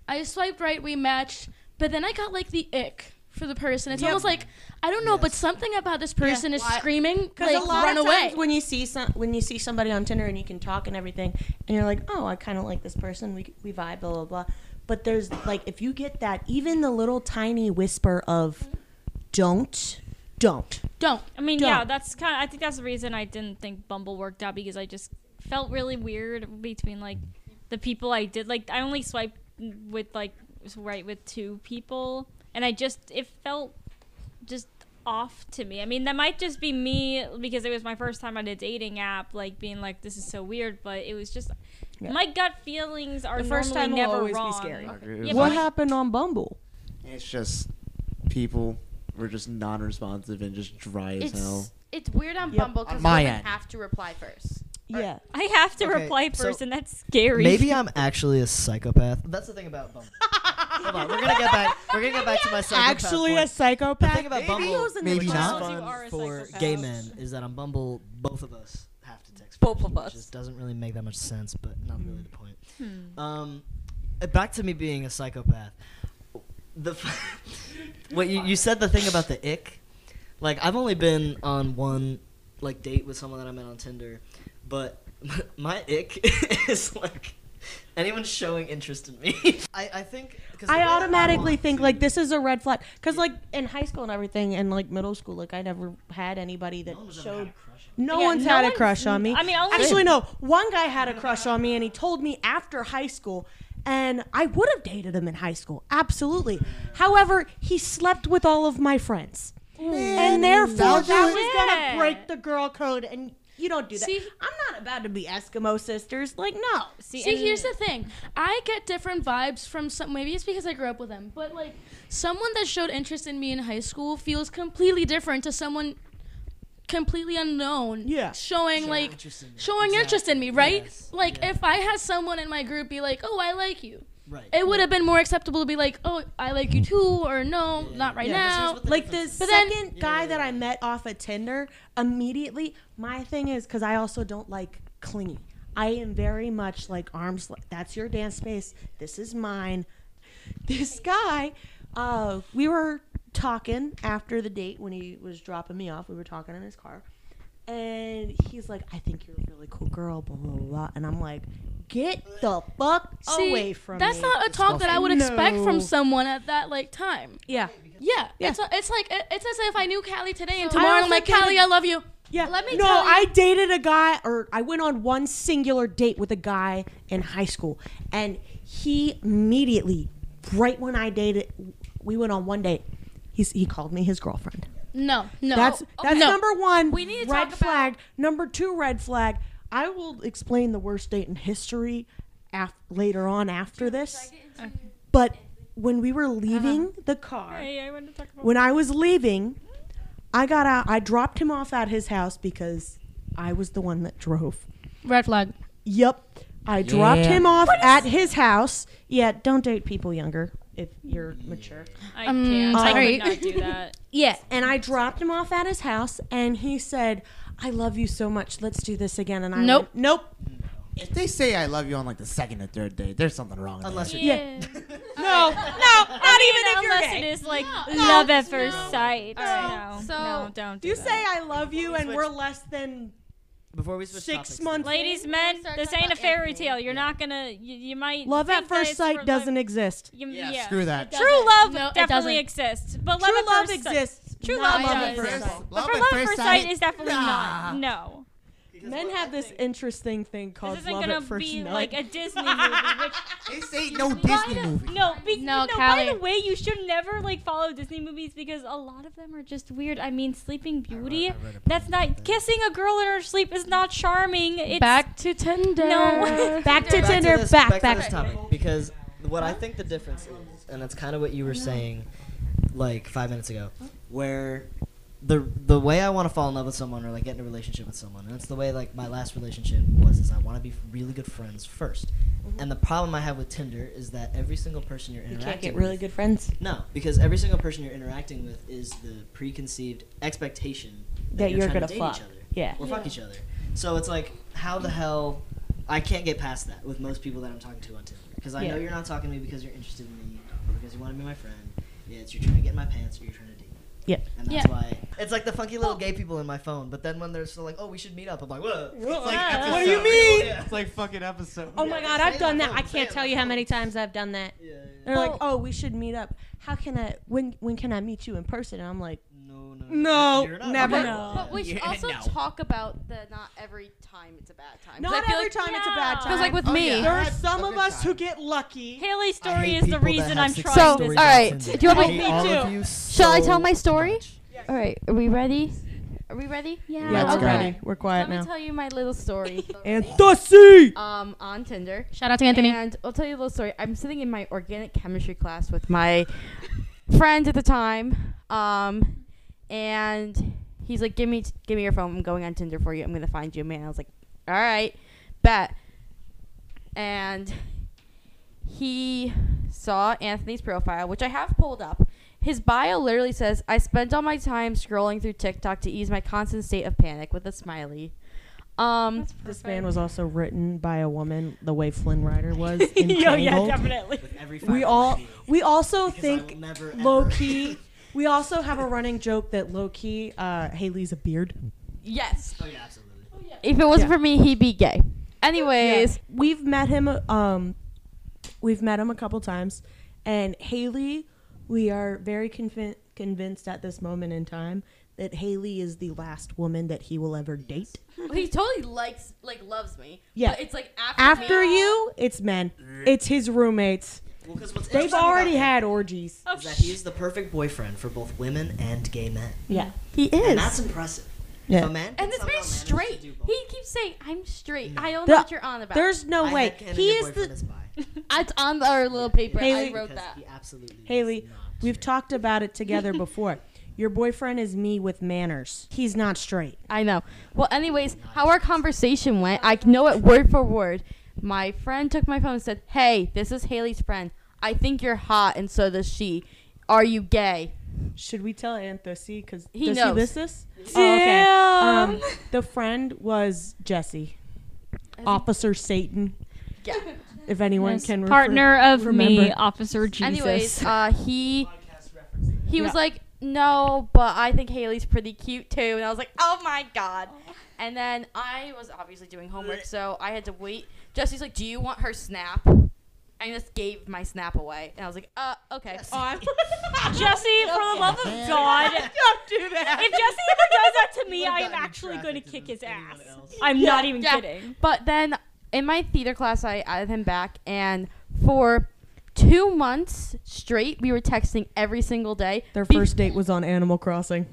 [SPEAKER 4] I swiped right, we matched, but then I got like the ick for the person. It's
[SPEAKER 1] Yep.
[SPEAKER 4] almost like I don't know, but something about this person is
[SPEAKER 1] Why-
[SPEAKER 4] screaming
[SPEAKER 1] Because
[SPEAKER 4] like
[SPEAKER 1] a lot
[SPEAKER 4] run
[SPEAKER 1] of
[SPEAKER 4] away.
[SPEAKER 1] times when you see some, when you see somebody on Tinder and you can talk and everything, and you're like, oh, I kind of like this person. We we vibe, blah blah blah. But there's like, if you get that, even the little tiny whisper of, don't, don't.
[SPEAKER 4] Don't.
[SPEAKER 8] I mean, yeah,
[SPEAKER 1] Don't.
[SPEAKER 8] that's kind of. I think that's the reason I didn't think Bumble worked out because I just felt really weird between like the people I did. Like I only swiped with like was right with two people, and I just it felt just off to me. I mean, that might just be me because it was my first time on a dating app, like being like this is so weird. But it was just
[SPEAKER 1] Yeah.
[SPEAKER 8] my gut feelings are
[SPEAKER 1] The first time will
[SPEAKER 8] normally never
[SPEAKER 1] always be
[SPEAKER 8] wrong.
[SPEAKER 1] scary.
[SPEAKER 8] Yeah,
[SPEAKER 1] what
[SPEAKER 8] but-
[SPEAKER 1] happened on Bumble?
[SPEAKER 3] it's just people were just non-responsive and just dry as hell.
[SPEAKER 10] It's it's weird on
[SPEAKER 1] Yep.
[SPEAKER 10] Bumble
[SPEAKER 3] On
[SPEAKER 10] because
[SPEAKER 3] my
[SPEAKER 10] women
[SPEAKER 3] end.
[SPEAKER 10] have to reply first.
[SPEAKER 1] Yeah.
[SPEAKER 8] I have to
[SPEAKER 9] Okay,
[SPEAKER 8] reply
[SPEAKER 9] so
[SPEAKER 8] first, and that's scary.
[SPEAKER 9] maybe I'm actually a psychopath. That's the thing
[SPEAKER 1] *laughs*
[SPEAKER 9] about Bumble. Hold on, we're gonna get back. We're gonna get back to my psychopath.
[SPEAKER 1] Actually,
[SPEAKER 9] point.
[SPEAKER 1] a psychopath.
[SPEAKER 9] The thing about
[SPEAKER 1] Maybe it
[SPEAKER 9] Bumble,
[SPEAKER 1] was an
[SPEAKER 9] maybe
[SPEAKER 1] immature
[SPEAKER 9] not
[SPEAKER 1] child. You are
[SPEAKER 9] fun
[SPEAKER 1] a
[SPEAKER 9] Um, for
[SPEAKER 1] psychopath.
[SPEAKER 9] gay men, is that on Bumble, both of us have to text. Both of us. Just doesn't really make that much sense, but not really the point.
[SPEAKER 2] Hmm.
[SPEAKER 9] Um, uh, back to me being a psychopath. The f- *laughs* what you, you said the thing about the ick. Like I've only been on one like date with someone that I met on Tinder, but *laughs* my ick *laughs* is like anyone showing interest in me. *laughs* I, I think 'cause the way
[SPEAKER 1] I
[SPEAKER 9] want
[SPEAKER 1] automatically think
[SPEAKER 9] to-
[SPEAKER 1] like this is a red flag because like in high school and everything and like middle school like I never had anybody that showed no
[SPEAKER 8] Yeah,
[SPEAKER 1] one's
[SPEAKER 8] no
[SPEAKER 1] had a
[SPEAKER 8] one's-
[SPEAKER 1] crush on me.
[SPEAKER 8] I mean, only-
[SPEAKER 1] actually no, one guy had a crush on me and he told me after high school and I would have dated him in high school. Absolutely. However, he slept with all of my friends.
[SPEAKER 8] Mm.
[SPEAKER 1] And therefore
[SPEAKER 2] that'll
[SPEAKER 1] that
[SPEAKER 2] do it.
[SPEAKER 1] was
[SPEAKER 2] Yeah.
[SPEAKER 1] going to break the girl code and you don't do that.
[SPEAKER 4] See-
[SPEAKER 1] I'm not about to be Eskimo sisters. Like no.
[SPEAKER 4] See, here's the thing. I get different vibes from some. Maybe it's because I grew up with them, but like someone that showed interest in me in high school feels completely different to someone completely unknown. Yeah. Showing like showing interest in me, right? Like if I had someone in my group be like, "Oh, I like you."
[SPEAKER 9] Right.
[SPEAKER 4] It would have been more acceptable to be like, "Oh, I like you too," or "No, not right now."
[SPEAKER 1] like the second guy that I met off of Tinder, immediately my thing is because I also don't like clingy. I am very much like arms. le- That's your dance space. This is mine. This guy, uh, we were talking after the date when he was dropping me off. We were talking in his car, and he's like, "I think you're a really cool girl." Blah blah blah. And I'm like, "Get the fuck
[SPEAKER 4] See,
[SPEAKER 1] away from
[SPEAKER 4] that's
[SPEAKER 1] me."
[SPEAKER 4] not a talk that I would expect
[SPEAKER 1] No.
[SPEAKER 4] from someone at that like time.
[SPEAKER 1] Yeah.
[SPEAKER 4] Yeah,
[SPEAKER 1] Yeah.
[SPEAKER 4] It's, it's like it- it's as if I knew Callie today and
[SPEAKER 1] So- I
[SPEAKER 4] tomorrow
[SPEAKER 1] also
[SPEAKER 4] I'm like
[SPEAKER 1] dated-
[SPEAKER 4] Callie, I love you.
[SPEAKER 1] Yeah. Let
[SPEAKER 4] me
[SPEAKER 1] No,
[SPEAKER 4] tell you-
[SPEAKER 1] I dated a guy, or I went on one singular date with a guy in high school, and he immediately, right when I dated, we went on one date. He's, he called me his girlfriend.
[SPEAKER 4] No, no. Oh,
[SPEAKER 1] that's that's
[SPEAKER 4] No.
[SPEAKER 1] number one.
[SPEAKER 4] We need to
[SPEAKER 1] red
[SPEAKER 4] talk
[SPEAKER 1] flag. number two red flag. I will explain the worst date in history af- later on after this. But when we were leaving
[SPEAKER 4] Uh-huh.
[SPEAKER 1] the car,
[SPEAKER 8] *laughs* Hey, I wanted to talk about
[SPEAKER 1] when I was leaving, I got out. I dropped him off at his house because I was the one that drove.
[SPEAKER 4] Red flag.
[SPEAKER 1] Yep, I dropped
[SPEAKER 4] Yeah.
[SPEAKER 1] him off
[SPEAKER 4] What is-
[SPEAKER 1] at his house. Yeah, don't date people younger if you're mature.
[SPEAKER 8] I
[SPEAKER 1] Um,
[SPEAKER 8] can't. I
[SPEAKER 1] sorry.
[SPEAKER 8] would not
[SPEAKER 1] *laughs*
[SPEAKER 8] do *laughs* that.
[SPEAKER 1] Yeah, and I dropped him off at his house, and he said, "I love you so much. Let's do this again." And I
[SPEAKER 4] Nope.
[SPEAKER 1] went, nope.
[SPEAKER 3] If they say I love you on like the second or third day, there's something wrong.
[SPEAKER 4] *laughs*
[SPEAKER 9] Unless
[SPEAKER 3] there.
[SPEAKER 9] you're-
[SPEAKER 1] Yeah. *laughs* no, no,
[SPEAKER 8] *laughs*
[SPEAKER 1] not even if you're
[SPEAKER 8] unless
[SPEAKER 1] gay.
[SPEAKER 8] it is like
[SPEAKER 1] No,
[SPEAKER 8] love
[SPEAKER 1] no,
[SPEAKER 8] at first sight.
[SPEAKER 1] All right.
[SPEAKER 8] No,
[SPEAKER 1] So-
[SPEAKER 8] no, don't. Do
[SPEAKER 1] you
[SPEAKER 8] that.
[SPEAKER 1] say I love you, and we're less than
[SPEAKER 9] Before we switch
[SPEAKER 1] six
[SPEAKER 9] topics,
[SPEAKER 1] months.
[SPEAKER 8] Ladies, men, this ain't a fairy tale. You're not gonna. You, you might
[SPEAKER 1] Love at
[SPEAKER 8] think that
[SPEAKER 1] first
[SPEAKER 8] it's
[SPEAKER 1] sight
[SPEAKER 8] for
[SPEAKER 1] doesn't
[SPEAKER 8] love-
[SPEAKER 1] exist.
[SPEAKER 8] You, yeah,
[SPEAKER 3] screw that.
[SPEAKER 8] True love
[SPEAKER 4] No, it doesn't.
[SPEAKER 8] definitely exists, but love
[SPEAKER 1] True
[SPEAKER 8] at
[SPEAKER 1] love
[SPEAKER 8] first
[SPEAKER 1] exists,
[SPEAKER 8] True
[SPEAKER 1] Not
[SPEAKER 8] love
[SPEAKER 1] love at
[SPEAKER 8] does.
[SPEAKER 1] first
[SPEAKER 8] But
[SPEAKER 1] sight.
[SPEAKER 8] for
[SPEAKER 1] Love
[SPEAKER 8] love
[SPEAKER 1] at
[SPEAKER 8] at
[SPEAKER 1] first
[SPEAKER 8] first
[SPEAKER 1] sight?
[SPEAKER 8] sight is
[SPEAKER 3] *laughs*
[SPEAKER 8] definitely not.
[SPEAKER 1] Nah.
[SPEAKER 8] No.
[SPEAKER 1] Men have this interesting thing called
[SPEAKER 8] This isn't
[SPEAKER 1] love
[SPEAKER 8] gonna
[SPEAKER 1] at first
[SPEAKER 8] be
[SPEAKER 1] sight.
[SPEAKER 8] like a Disney movie, which
[SPEAKER 3] this ain't no
[SPEAKER 8] Disney
[SPEAKER 3] movie.
[SPEAKER 8] No, be,
[SPEAKER 4] No,
[SPEAKER 8] no,
[SPEAKER 4] Callie.
[SPEAKER 8] by the way, you should never like follow Disney movies because a lot of them are just weird. I mean, Sleeping Beauty. that's not kissing a girl in her sleep is not charming.
[SPEAKER 4] *laughs*
[SPEAKER 8] It's
[SPEAKER 4] Back to Tinder.
[SPEAKER 1] *laughs*
[SPEAKER 8] No,
[SPEAKER 10] *laughs*
[SPEAKER 8] back to
[SPEAKER 9] Back to
[SPEAKER 8] Tinder.
[SPEAKER 9] this-
[SPEAKER 8] back
[SPEAKER 9] back, to this topic because what I think the difference is, and that's kind of what you were saying, like five minutes ago, where the the way I want to fall in love with someone or like get in a relationship with someone, and that's the way like my last relationship was, is I want to be really good friends 1st And the problem I have with Tinder is that every single person you're
[SPEAKER 1] Mm-hmm. You
[SPEAKER 9] interacting
[SPEAKER 1] can't get
[SPEAKER 9] with-
[SPEAKER 1] really good friends.
[SPEAKER 9] No, because every single person you're interacting with is the preconceived expectation that,
[SPEAKER 1] That you're
[SPEAKER 9] trying
[SPEAKER 1] gonna
[SPEAKER 9] to date
[SPEAKER 1] fuck.
[SPEAKER 9] each other.
[SPEAKER 1] Yeah.
[SPEAKER 9] Or fuck
[SPEAKER 1] Yeah.
[SPEAKER 9] each other. So it's like, how the hell? I can't get past that with most people that I'm talking to on Tinder because I
[SPEAKER 1] Yeah.
[SPEAKER 9] know you're not talking to me because you're interested in me or because you want to be my friend. Yeah, it's you're trying to get in my pants or you're trying to date. me.
[SPEAKER 1] Yeah.
[SPEAKER 9] And that's why it's like the funky little gay people in my phone. But then when they're still like, "Oh, we should meet up," I'm like, "Whoa!" It's like
[SPEAKER 1] What do
[SPEAKER 9] episode.
[SPEAKER 1] you mean?
[SPEAKER 9] Yeah.
[SPEAKER 3] It's like fucking episode.
[SPEAKER 1] Oh my god, I've done that. I can't tell you how many times I've done that. They're like, "Oh, we should meet up. How can I? When when can I meet you in person?" And I'm like,
[SPEAKER 9] "No,
[SPEAKER 1] no,
[SPEAKER 9] You're
[SPEAKER 1] no,
[SPEAKER 9] not
[SPEAKER 1] never."
[SPEAKER 9] gonna No.
[SPEAKER 10] But we should
[SPEAKER 1] Yeah,
[SPEAKER 10] also
[SPEAKER 1] no.
[SPEAKER 10] talk about the not every time it's a bad time. 'Cause
[SPEAKER 1] Not
[SPEAKER 10] I feel
[SPEAKER 1] every
[SPEAKER 10] like-
[SPEAKER 1] time it's a bad time.
[SPEAKER 10] Because like with
[SPEAKER 1] Oh,
[SPEAKER 10] me,
[SPEAKER 1] yeah. there are some of us who get lucky.
[SPEAKER 8] Haley's
[SPEAKER 1] I
[SPEAKER 8] story
[SPEAKER 1] hate
[SPEAKER 8] is the
[SPEAKER 1] people that
[SPEAKER 8] reason
[SPEAKER 1] have
[SPEAKER 8] I'm
[SPEAKER 1] success
[SPEAKER 8] trying
[SPEAKER 5] So,
[SPEAKER 8] this.
[SPEAKER 5] all right. Do you want me?
[SPEAKER 1] Me all of too. you
[SPEAKER 5] Shall I
[SPEAKER 1] so
[SPEAKER 5] tell my story? All right. Are we ready?
[SPEAKER 10] Are we ready?
[SPEAKER 5] Yeah.
[SPEAKER 1] Yeah, it's
[SPEAKER 5] Okay.
[SPEAKER 1] ready. We're quiet
[SPEAKER 10] Let me
[SPEAKER 1] now.
[SPEAKER 10] tell you my
[SPEAKER 1] *laughs*
[SPEAKER 10] little story.
[SPEAKER 1] And Dusty!
[SPEAKER 10] Um, on Tinder.
[SPEAKER 4] Shout out to Anthony.
[SPEAKER 10] And I'll tell you a little story. I'm sitting in my organic chemistry class with my friend at the time. Um, and he's like, "Give me, give me your phone. I'm going on Tinder for you. I'm gonna find you, a man." I was like, "All right, bet." And he saw Anthony's profile, which I have pulled up. His bio literally says, I spend all my time scrolling through TikTok to ease my constant state of panic with a smiley. Um,
[SPEAKER 1] This man was also written by a woman, the way Flynn Rider *laughs* was. in
[SPEAKER 8] Yo, yeah,
[SPEAKER 1] Tangled.
[SPEAKER 8] definitely.
[SPEAKER 1] We all we also
[SPEAKER 9] will
[SPEAKER 1] think
[SPEAKER 9] never,
[SPEAKER 1] low
[SPEAKER 9] *laughs*
[SPEAKER 1] key. We also have a running joke that low key uh, Haley's a beard.
[SPEAKER 10] Yes.
[SPEAKER 9] Oh yeah, absolutely.
[SPEAKER 10] If it wasn't
[SPEAKER 1] Yeah.
[SPEAKER 10] for me, he'd be gay. Anyways,
[SPEAKER 1] we've met him. Um, we've met him a couple times, and Haley, we are very convin- convinced at this moment in time that Haley is the last woman that he will ever date.
[SPEAKER 10] he totally likes, like, loves me.
[SPEAKER 1] Yeah.
[SPEAKER 10] But it's like after,
[SPEAKER 1] After
[SPEAKER 10] me-
[SPEAKER 1] you, it's men. It's his roommates.
[SPEAKER 9] Well, 'cause what's
[SPEAKER 1] They've
[SPEAKER 9] interesting
[SPEAKER 1] already
[SPEAKER 9] about him-
[SPEAKER 1] had orgies.
[SPEAKER 9] is that he's the perfect boyfriend for both women and gay men.
[SPEAKER 1] Yeah.
[SPEAKER 5] He
[SPEAKER 9] And that's impressive.
[SPEAKER 1] Yeah.
[SPEAKER 9] If a man
[SPEAKER 10] And
[SPEAKER 9] can
[SPEAKER 10] this man's
[SPEAKER 9] somehow manage
[SPEAKER 10] straight. He keeps saying, I'm straight. I don't
[SPEAKER 1] The-
[SPEAKER 10] know what you're on about.
[SPEAKER 1] There's no
[SPEAKER 9] I
[SPEAKER 1] way.
[SPEAKER 9] had Canada
[SPEAKER 1] He is
[SPEAKER 9] boyfriend
[SPEAKER 1] the
[SPEAKER 9] as bi.
[SPEAKER 10] It's on our *laughs* little paper. I
[SPEAKER 1] Haley-
[SPEAKER 10] wrote
[SPEAKER 9] Because
[SPEAKER 10] that.
[SPEAKER 9] He absolutely.
[SPEAKER 1] Haley. We've talked about it together *laughs* before. Your boyfriend is me with manners. He's not straight.
[SPEAKER 10] I know. Well, anyways, how our conversation went, I know it word for word. My friend took my phone and said, "Hey, this is Haley's friend. I think you're hot, and so does she. Are you gay?"
[SPEAKER 1] Should we tell Anthony? Because
[SPEAKER 10] He
[SPEAKER 1] does
[SPEAKER 10] knows.
[SPEAKER 1] he list this?
[SPEAKER 10] Damn.
[SPEAKER 1] Um, the friend was Jesse, Officer Satan.
[SPEAKER 10] *laughs* Yeah.
[SPEAKER 1] If anyone
[SPEAKER 8] Yes.
[SPEAKER 1] can refer-
[SPEAKER 8] partner of
[SPEAKER 1] remember.
[SPEAKER 8] me, Officer Jesus.
[SPEAKER 10] Anyways, uh, he he was
[SPEAKER 8] Yeah.
[SPEAKER 10] like, "No, but I think Haley's pretty cute too," and I was like, "Oh my
[SPEAKER 8] *laughs*
[SPEAKER 10] god!" And then I was obviously doing homework, so I had to wait. Jesse's like, "Do you want her snap?" I just gave my snap away, and I was like, "Uh, okay."
[SPEAKER 1] Oh,
[SPEAKER 9] *laughs*
[SPEAKER 8] Jesse, for the love of God,
[SPEAKER 10] Don't do that.
[SPEAKER 8] if Jesse ever does that to me, I am actually going to kick his ass. I'm not even
[SPEAKER 10] Yeah.
[SPEAKER 8] kidding.
[SPEAKER 10] But then in my theater class, I added him back, and for two months straight, we were texting every single day.
[SPEAKER 1] Their
[SPEAKER 10] Be-
[SPEAKER 1] first date was on Animal Crossing.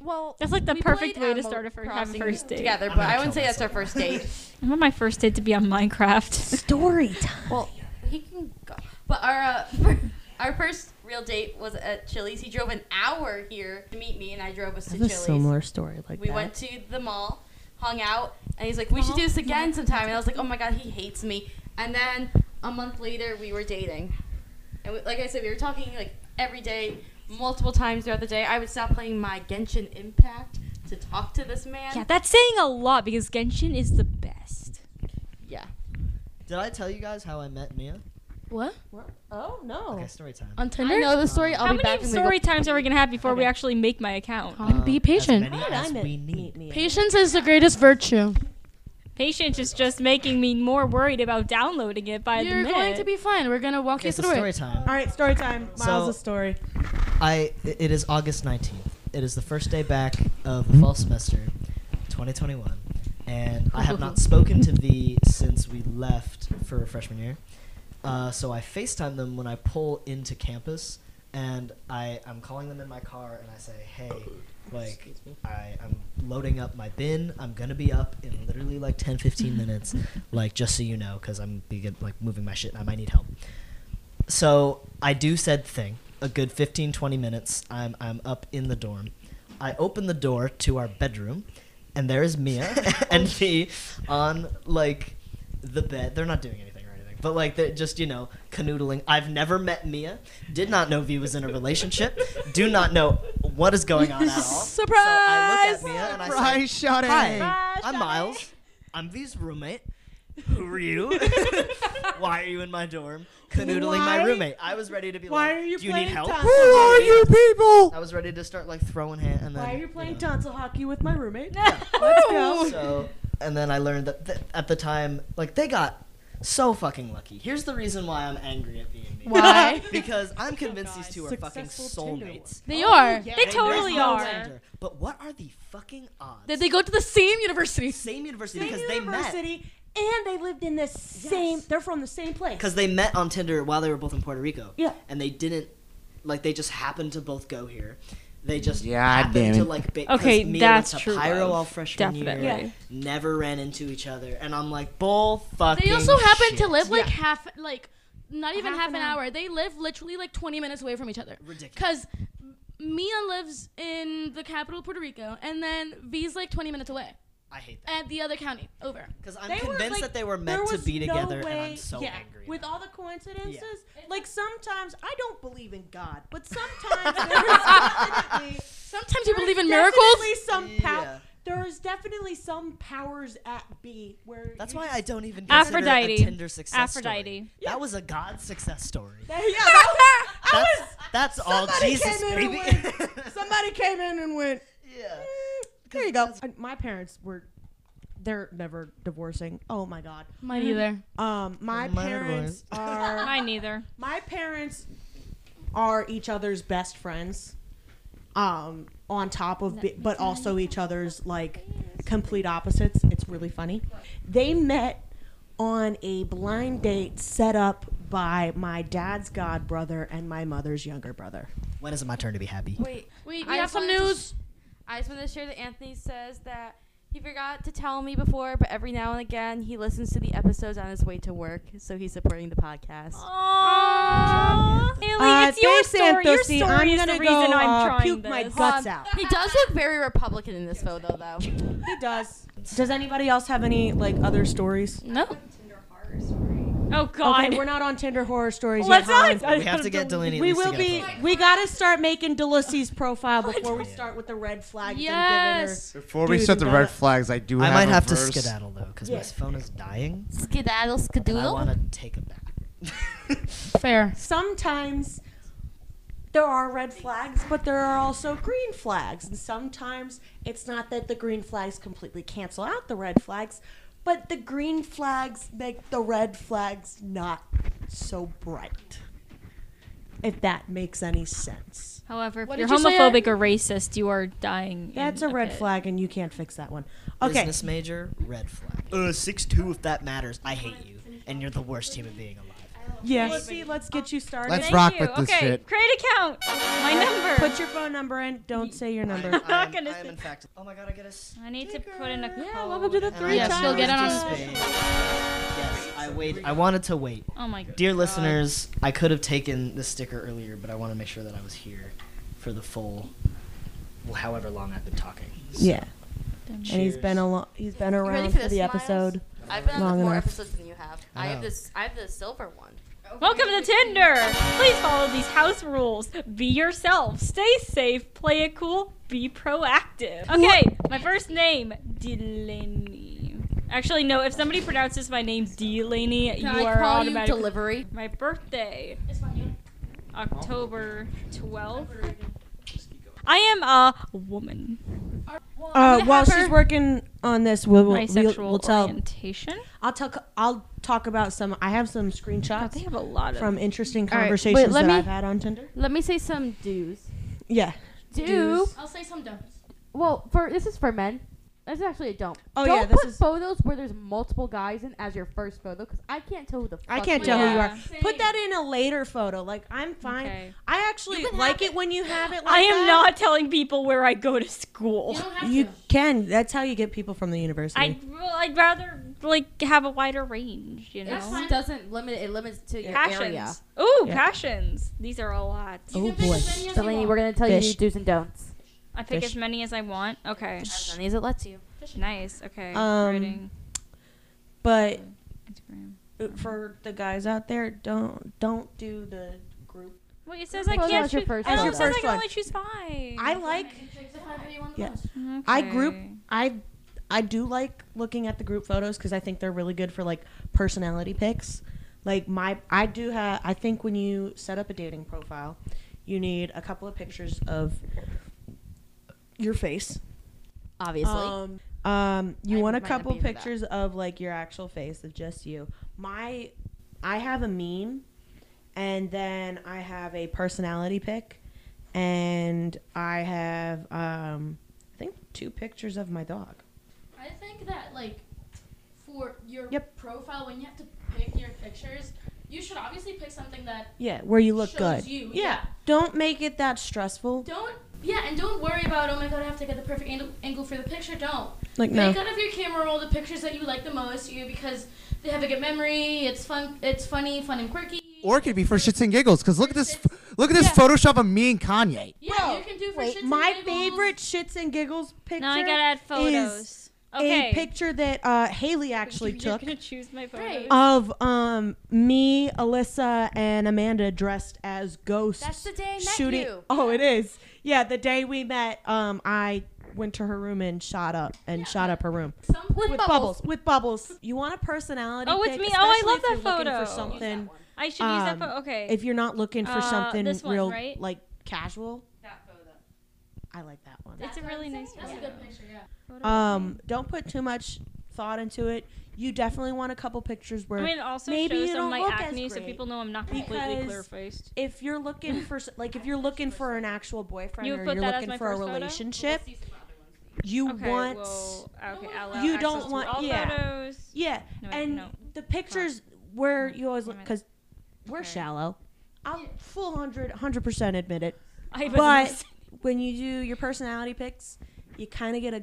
[SPEAKER 10] well,
[SPEAKER 8] That's like the
[SPEAKER 10] we played
[SPEAKER 8] perfect way to
[SPEAKER 10] Animal
[SPEAKER 8] start a first, have a
[SPEAKER 10] Crossing
[SPEAKER 8] first date.
[SPEAKER 10] together, but I wouldn't say that's our first date.
[SPEAKER 8] I want my first date to be
[SPEAKER 1] *laughs*
[SPEAKER 8] on Minecraft.
[SPEAKER 1] Story time.
[SPEAKER 10] well, he can go, but our uh, *laughs* our first real date was at Chili's. He drove an hour here to meet me, and I drove us
[SPEAKER 1] I
[SPEAKER 10] to
[SPEAKER 1] have a
[SPEAKER 10] Chili's.
[SPEAKER 1] similar story like
[SPEAKER 10] we
[SPEAKER 1] that.
[SPEAKER 10] went to the mall, hung out, and he's like, "We should do this again sometime." And I was like, "Oh my god, he hates me." And then a month later, we were dating, and we, like I said, we were talking like every day, multiple times throughout the day. I would stop playing my Genshin Impact to talk to this man.
[SPEAKER 8] yeah, that's saying a lot because Genshin is the best.
[SPEAKER 10] yeah.
[SPEAKER 9] *laughs* Did I tell you guys how I met Mia?
[SPEAKER 10] What?
[SPEAKER 1] oh no.
[SPEAKER 9] Okay, story time.
[SPEAKER 10] On Tinder? I know the story. I'll
[SPEAKER 8] How
[SPEAKER 10] be back.
[SPEAKER 8] many
[SPEAKER 10] in
[SPEAKER 8] story
[SPEAKER 10] legal-
[SPEAKER 8] times are we gonna have before we actually make my account?
[SPEAKER 4] be
[SPEAKER 9] As
[SPEAKER 4] patient.
[SPEAKER 9] many
[SPEAKER 1] I
[SPEAKER 9] as
[SPEAKER 1] met-
[SPEAKER 9] we need.
[SPEAKER 1] meet me.
[SPEAKER 4] Patience is the greatest virtue.
[SPEAKER 8] Patience is just making me more worried about downloading it by the
[SPEAKER 4] You're
[SPEAKER 8] minute.
[SPEAKER 4] going to be fine. We're gonna walk
[SPEAKER 9] Okay,
[SPEAKER 4] you
[SPEAKER 9] so
[SPEAKER 4] through
[SPEAKER 9] story
[SPEAKER 4] it.
[SPEAKER 9] time.
[SPEAKER 1] All right, story time.
[SPEAKER 9] So-
[SPEAKER 1] Miles' story.
[SPEAKER 9] I. It is August nineteenth. it is the first day back of the fall semester, 2021, and I have not spoken to V since we left for freshman year. Uh, so I FaceTime them when I pull into campus, and I, I'm calling them in my car, and I say, hey, like, I, I'm loading up my bin. I'm going to be up in literally like 10, 15 minutes, like, just so you know, because I'm be get- like moving my shit and I might need help so I do said thing a good 15 20 minutes I'm I'm up in the dorm I open the door to our bedroom and there is Mia *laughs* and me on like the bed they're not doing anything or anything but like they're just you know canoodling I've never met Mia did not know V was in a relationship do not know what is going on at all
[SPEAKER 2] Surprise!
[SPEAKER 9] I look at Mia and I say,
[SPEAKER 2] Surprise, Sade.
[SPEAKER 9] Hi,
[SPEAKER 2] Surprise,
[SPEAKER 9] I'm
[SPEAKER 2] Sade."
[SPEAKER 9] Miles I'm V's roommate who are you *laughs* why are you in my dorm canoodling my
[SPEAKER 2] Why?
[SPEAKER 9] roommate I was ready to be
[SPEAKER 1] Why
[SPEAKER 9] like,
[SPEAKER 1] are you
[SPEAKER 9] do you
[SPEAKER 1] playing
[SPEAKER 9] need help
[SPEAKER 1] Who are you
[SPEAKER 3] people
[SPEAKER 9] I was ready to start like throwing hand and then
[SPEAKER 1] Why are you playing tonsil hockey with my roommate? Let's go.
[SPEAKER 9] So, and then I learned that th- at the time, like they got so fucking lucky. Here's the reason why I'm angry at B and B.
[SPEAKER 2] Why?
[SPEAKER 9] because
[SPEAKER 1] Oh
[SPEAKER 9] I'm convinced these two are fucking
[SPEAKER 2] Successful Tinder
[SPEAKER 9] soulmates.
[SPEAKER 4] *laughs* They are.
[SPEAKER 9] They totally are. But what are the fucking odds?
[SPEAKER 4] That they go to the same university.
[SPEAKER 9] Same university
[SPEAKER 1] Same
[SPEAKER 9] because they met.
[SPEAKER 1] university, and they lived in the same. They're from the same place.
[SPEAKER 9] Because they met on Tinder while they were both in Puerto Rico.
[SPEAKER 1] Yeah.
[SPEAKER 9] And they didn't, like, they just happened to both go here. They just
[SPEAKER 3] Yeah,
[SPEAKER 9] happened
[SPEAKER 3] damn
[SPEAKER 9] to
[SPEAKER 3] it.
[SPEAKER 9] like. Ba-
[SPEAKER 8] Okay,
[SPEAKER 9] 'cause me
[SPEAKER 8] that's
[SPEAKER 9] went to
[SPEAKER 8] true
[SPEAKER 9] Pyro
[SPEAKER 8] love.
[SPEAKER 9] all freshman year.
[SPEAKER 8] Definitely. Yeah.
[SPEAKER 9] Never ran into each other, and I'm like, bull fucking.
[SPEAKER 4] They also happen
[SPEAKER 9] shit.
[SPEAKER 4] to live like half, like not even half,
[SPEAKER 11] Half
[SPEAKER 4] an,
[SPEAKER 11] an
[SPEAKER 4] hour. They live literally like 20 minutes away from each other.
[SPEAKER 9] Ridiculous.
[SPEAKER 4] Because Mia lives in the capital, Puerto Rico, and then V's like 20 minutes away
[SPEAKER 9] I hate that.
[SPEAKER 4] at the other county over.
[SPEAKER 9] Because I'm convinced that they were meant to
[SPEAKER 1] was
[SPEAKER 9] be
[SPEAKER 1] no
[SPEAKER 9] together, and
[SPEAKER 1] way-
[SPEAKER 9] I'm so
[SPEAKER 1] yeah,
[SPEAKER 9] angry.
[SPEAKER 1] With all the coincidences, like sometimes I don't believe in God, but
[SPEAKER 9] *laughs*
[SPEAKER 1] sometimes there's
[SPEAKER 4] sometimes you believe in miracles?
[SPEAKER 1] Some pow-
[SPEAKER 9] Yeah.
[SPEAKER 1] There is definitely some powers at B where
[SPEAKER 9] That's
[SPEAKER 1] you *laughs*
[SPEAKER 9] why
[SPEAKER 1] just-
[SPEAKER 9] I don't even consider
[SPEAKER 8] Aphrodite.
[SPEAKER 9] a Tinder success
[SPEAKER 8] Aphrodite.
[SPEAKER 9] story. That was a God success story.
[SPEAKER 1] That- yeah, that was- I
[SPEAKER 9] That's,
[SPEAKER 1] was-
[SPEAKER 9] that's all
[SPEAKER 1] somebody
[SPEAKER 9] Jesus,
[SPEAKER 1] came in
[SPEAKER 9] baby.
[SPEAKER 1] And went,
[SPEAKER 9] *laughs*
[SPEAKER 1] somebody came in and went.
[SPEAKER 9] Yeah.
[SPEAKER 1] there you go. My parents were. They're never divorcing. Oh my god.
[SPEAKER 4] Mine either.
[SPEAKER 1] Um, my
[SPEAKER 4] Mine
[SPEAKER 1] parents
[SPEAKER 4] weren't.
[SPEAKER 8] *laughs*
[SPEAKER 1] are. *laughs*
[SPEAKER 8] Mine neither.
[SPEAKER 1] My parents are each other's best friends. Um, on top of, bi- but also each other's like complete opposites. It's really funny. They met on a blind date set up by my dad's god brother and my mother's younger brother.
[SPEAKER 9] When is it my turn to be happy?
[SPEAKER 11] Wait,
[SPEAKER 4] wait,
[SPEAKER 11] we have some news. I just wanted to share that Anthony says that he forgot to tell me before, but every now and again he listens to the episodes on his way to work, so he's supporting the podcast.
[SPEAKER 10] Uh,
[SPEAKER 8] Haley,
[SPEAKER 1] Uh,
[SPEAKER 8] it's your story. Your story is the reason I'm trying
[SPEAKER 1] puke
[SPEAKER 8] this.
[SPEAKER 1] my guts out.
[SPEAKER 10] He does look very Republican in this photo, though.
[SPEAKER 1] He does. Does anybody else have any like other stories?
[SPEAKER 4] No.
[SPEAKER 8] Oh God.
[SPEAKER 1] Okay, we're not on Tinder horror stories
[SPEAKER 8] Let's
[SPEAKER 1] yet.
[SPEAKER 8] not-
[SPEAKER 1] hon.
[SPEAKER 9] We have to get Delaney. at
[SPEAKER 1] Uh, We
[SPEAKER 9] least to
[SPEAKER 1] will
[SPEAKER 9] get a
[SPEAKER 1] be.
[SPEAKER 9] photo.
[SPEAKER 1] We gotta start making Delisi's profile *laughs* before we start with the red flags.
[SPEAKER 4] Yes.
[SPEAKER 1] And giving her
[SPEAKER 3] Before we
[SPEAKER 1] dudes
[SPEAKER 3] set the
[SPEAKER 1] and
[SPEAKER 3] red
[SPEAKER 1] donut-
[SPEAKER 3] flags, I do.
[SPEAKER 9] I might
[SPEAKER 3] a
[SPEAKER 9] have to
[SPEAKER 3] verse.
[SPEAKER 9] skedaddle though, because
[SPEAKER 1] Yeah.
[SPEAKER 9] my phone is dying.
[SPEAKER 10] Skedaddle,
[SPEAKER 9] And I want
[SPEAKER 10] skedoodle.
[SPEAKER 9] to take it back. *laughs*
[SPEAKER 4] Fair.
[SPEAKER 1] Sometimes there are red flags, but there are also green flags, and sometimes it's not that the green flags completely cancel out the red flags, but the green flags make the red flags not so bright. If that makes any sense.
[SPEAKER 8] However,
[SPEAKER 4] What
[SPEAKER 8] if you're
[SPEAKER 4] did you say,
[SPEAKER 8] homophobic or racist, you are dying.
[SPEAKER 1] That's
[SPEAKER 8] in
[SPEAKER 1] a red
[SPEAKER 8] pit.
[SPEAKER 1] flag, and you can't fix that one. Okay.
[SPEAKER 9] Business major, red flag. Uh, six two if that matters. I hate you, and you're the worst human being alive.
[SPEAKER 1] Yeah. Let's, see, let's get you started.
[SPEAKER 9] Let's Thank rock you. with this
[SPEAKER 8] Okay,
[SPEAKER 9] shit.
[SPEAKER 8] create account. My number.
[SPEAKER 1] Put your phone number in. Don't say your number.
[SPEAKER 9] I'm not gonna. I am in fact. Oh my god, I get a.
[SPEAKER 8] I need to put in a code.
[SPEAKER 1] Yeah, welcome to the
[SPEAKER 9] And
[SPEAKER 1] three
[SPEAKER 9] I
[SPEAKER 1] times.
[SPEAKER 9] chose to space. Yes, I wait. I wanted to wait.
[SPEAKER 8] Oh my god.
[SPEAKER 1] Uh,
[SPEAKER 9] Dear listeners, I could have taken this sticker earlier, but I want to make sure that I was here for the full, well, however long I've been talking. So-
[SPEAKER 1] Yeah. And he's been a lo- he's been
[SPEAKER 10] You
[SPEAKER 1] around
[SPEAKER 10] ready
[SPEAKER 1] for,
[SPEAKER 10] for this,
[SPEAKER 1] the
[SPEAKER 10] Miles?
[SPEAKER 1] episode.
[SPEAKER 10] I've been
[SPEAKER 1] long
[SPEAKER 10] on the more
[SPEAKER 1] enough.
[SPEAKER 10] episodes than you have. I,
[SPEAKER 1] I
[SPEAKER 10] have
[SPEAKER 1] know.
[SPEAKER 10] this. I have the silver one.
[SPEAKER 8] Welcome to Tinder. Please follow these house rules. Be yourself. Stay safe. Play it cool. Be proactive. Okay, my first name, Delaney. Actually, no. If somebody pronounces my name Delaney, you
[SPEAKER 10] I
[SPEAKER 8] are
[SPEAKER 10] call you
[SPEAKER 8] automatic.
[SPEAKER 10] delivery?
[SPEAKER 8] My birthday, October twelfth. I am a woman.
[SPEAKER 1] Uh, while she's working on this, we'll we'll,
[SPEAKER 8] my
[SPEAKER 1] we'll,
[SPEAKER 8] sexual
[SPEAKER 1] we'll tell.
[SPEAKER 8] orientation.
[SPEAKER 1] I'll talk. I'll talk about some. I have some screenshots.
[SPEAKER 8] they have a lot of-
[SPEAKER 1] from interesting
[SPEAKER 10] All right, wait,
[SPEAKER 1] conversations
[SPEAKER 10] let
[SPEAKER 1] that
[SPEAKER 10] me-
[SPEAKER 1] I've had on Tinder.
[SPEAKER 10] Let me say some do's.
[SPEAKER 1] Yeah.
[SPEAKER 11] do.
[SPEAKER 1] Do's.
[SPEAKER 4] I'll say some don'ts.
[SPEAKER 10] Well, for this is for men. This is actually a don't.
[SPEAKER 1] Oh,
[SPEAKER 10] don't
[SPEAKER 1] yeah, this
[SPEAKER 10] put photos where there's multiple guys in as your first photo because I can't tell who the. Fuck
[SPEAKER 1] I can't tell who you are. Put that in a later photo. Like I'm fine.
[SPEAKER 10] Okay.
[SPEAKER 1] I actually like it when you have it. Like
[SPEAKER 8] I
[SPEAKER 1] that.
[SPEAKER 8] am not telling people where I go to school.
[SPEAKER 1] You can. That's how you get people from the university.
[SPEAKER 8] I'd, I'd rather like have a wider range, you know.
[SPEAKER 11] This doesn't limit it. It limits to your
[SPEAKER 8] passions.
[SPEAKER 11] area.
[SPEAKER 8] Ooh,
[SPEAKER 1] Yeah.
[SPEAKER 8] passions. These are a lot.
[SPEAKER 1] oh boy.
[SPEAKER 10] Delaney, we're gonna tell you
[SPEAKER 1] Fish.
[SPEAKER 10] you do's and don'ts.
[SPEAKER 8] I pick
[SPEAKER 1] Fish.
[SPEAKER 8] as many as I want. Okay. As
[SPEAKER 10] many as it lets you.
[SPEAKER 8] Nice. Okay.
[SPEAKER 1] Um,
[SPEAKER 8] Writing.
[SPEAKER 1] but uh, for the guys out there, don't don't do the group.
[SPEAKER 8] Wait, it says I
[SPEAKER 1] Well,
[SPEAKER 8] can't
[SPEAKER 1] that's your
[SPEAKER 8] choose.
[SPEAKER 1] first
[SPEAKER 8] I know
[SPEAKER 1] one.
[SPEAKER 8] it says I
[SPEAKER 1] First
[SPEAKER 8] can
[SPEAKER 1] one.
[SPEAKER 8] only choose five.
[SPEAKER 1] I like. Yeah.
[SPEAKER 8] Okay.
[SPEAKER 1] I group. I I do like looking at the group photos because I think they're really good for like personality pics. Like my, I do have. I think when you set up a dating profile, you need a couple of pictures of your face.
[SPEAKER 10] Obviously.
[SPEAKER 1] Um, um, you
[SPEAKER 10] I
[SPEAKER 1] want a
[SPEAKER 10] might not
[SPEAKER 1] couple
[SPEAKER 10] be into that.
[SPEAKER 1] pictures of like your actual face of just you. My, I have a meme, and then I have a personality pic, and I have um, I think two pictures of my dog.
[SPEAKER 4] I think that like for your
[SPEAKER 1] Yep.
[SPEAKER 4] profile, when you have to pick your pictures, you should obviously pick something that
[SPEAKER 1] Yeah, where you look
[SPEAKER 4] Shows
[SPEAKER 1] good.
[SPEAKER 4] you,
[SPEAKER 1] yeah.
[SPEAKER 4] yeah.
[SPEAKER 1] Don't make it that stressful.
[SPEAKER 4] don't. Yeah, and don't worry about oh my god, I have to get the perfect angle, angle for the picture. Don't.
[SPEAKER 1] Like, no.
[SPEAKER 4] Make out of your camera roll the pictures that you like the most, you because they have a good memory. It's fun. It's funny, fun and quirky.
[SPEAKER 3] Or it could be for shits and giggles. Cause look at this, look at this Photoshop of me and Kanye.
[SPEAKER 4] Yeah, you can do for shits and
[SPEAKER 1] my
[SPEAKER 4] giggles.
[SPEAKER 1] favorite shits and giggles picture.
[SPEAKER 8] Now I gotta add
[SPEAKER 1] Is
[SPEAKER 8] photos. Okay.
[SPEAKER 1] A picture that uh, Haley actually
[SPEAKER 8] You're
[SPEAKER 1] took
[SPEAKER 8] gonna choose my photos.
[SPEAKER 1] of um me, Alyssa, and Amanda dressed as ghosts.
[SPEAKER 11] That's the day I met
[SPEAKER 1] shooting.
[SPEAKER 11] you.
[SPEAKER 1] *laughs* Oh, it is. Yeah, the day we met, um, I went to her room and shot up and shot up her room
[SPEAKER 4] with,
[SPEAKER 1] bubbles. With bubbles. You want a personality?
[SPEAKER 8] Oh, it's
[SPEAKER 1] pic,
[SPEAKER 8] me. Oh, I
[SPEAKER 1] especially
[SPEAKER 8] love
[SPEAKER 1] if
[SPEAKER 8] that
[SPEAKER 1] you're looking
[SPEAKER 8] photo.
[SPEAKER 1] For something.
[SPEAKER 8] I should use that
[SPEAKER 1] um,
[SPEAKER 8] photo. Okay.
[SPEAKER 1] If you're not looking for
[SPEAKER 8] Uh,
[SPEAKER 1] something
[SPEAKER 8] this one,
[SPEAKER 1] real,
[SPEAKER 8] right?
[SPEAKER 1] like casual,
[SPEAKER 4] That photo.
[SPEAKER 1] I like that one.
[SPEAKER 8] It's a really nice
[SPEAKER 4] That's a
[SPEAKER 8] photo.
[SPEAKER 4] good picture. Yeah.
[SPEAKER 1] Um, don't put too much thought into it. You definitely want a couple pictures where
[SPEAKER 8] I mean, it also
[SPEAKER 1] maybe
[SPEAKER 8] shows
[SPEAKER 1] you
[SPEAKER 8] some
[SPEAKER 1] don't
[SPEAKER 8] of my
[SPEAKER 1] look
[SPEAKER 8] acne
[SPEAKER 1] as
[SPEAKER 8] so
[SPEAKER 1] great.
[SPEAKER 8] people know I'm not completely
[SPEAKER 1] Because
[SPEAKER 8] clear faced.
[SPEAKER 1] If you're looking for, s- like, if you're looking for an actual boyfriend
[SPEAKER 8] You
[SPEAKER 1] or you're
[SPEAKER 8] would put that as
[SPEAKER 1] looking
[SPEAKER 8] my
[SPEAKER 1] for a
[SPEAKER 8] first photo?
[SPEAKER 1] relationship, you
[SPEAKER 8] Okay,
[SPEAKER 1] want.
[SPEAKER 8] well, okay, I'll allow
[SPEAKER 1] you
[SPEAKER 8] access
[SPEAKER 1] don't
[SPEAKER 8] to
[SPEAKER 1] want
[SPEAKER 8] all
[SPEAKER 1] yeah
[SPEAKER 8] photos.
[SPEAKER 1] yeah
[SPEAKER 8] No, wait,
[SPEAKER 1] and
[SPEAKER 8] no.
[SPEAKER 1] the pictures where you always look
[SPEAKER 8] Damn it.
[SPEAKER 1] because we're shallow i'll full 100 100% admit it
[SPEAKER 8] I wasn't *laughs*
[SPEAKER 1] but
[SPEAKER 8] listening.
[SPEAKER 1] when you do your personality pics you kind of get a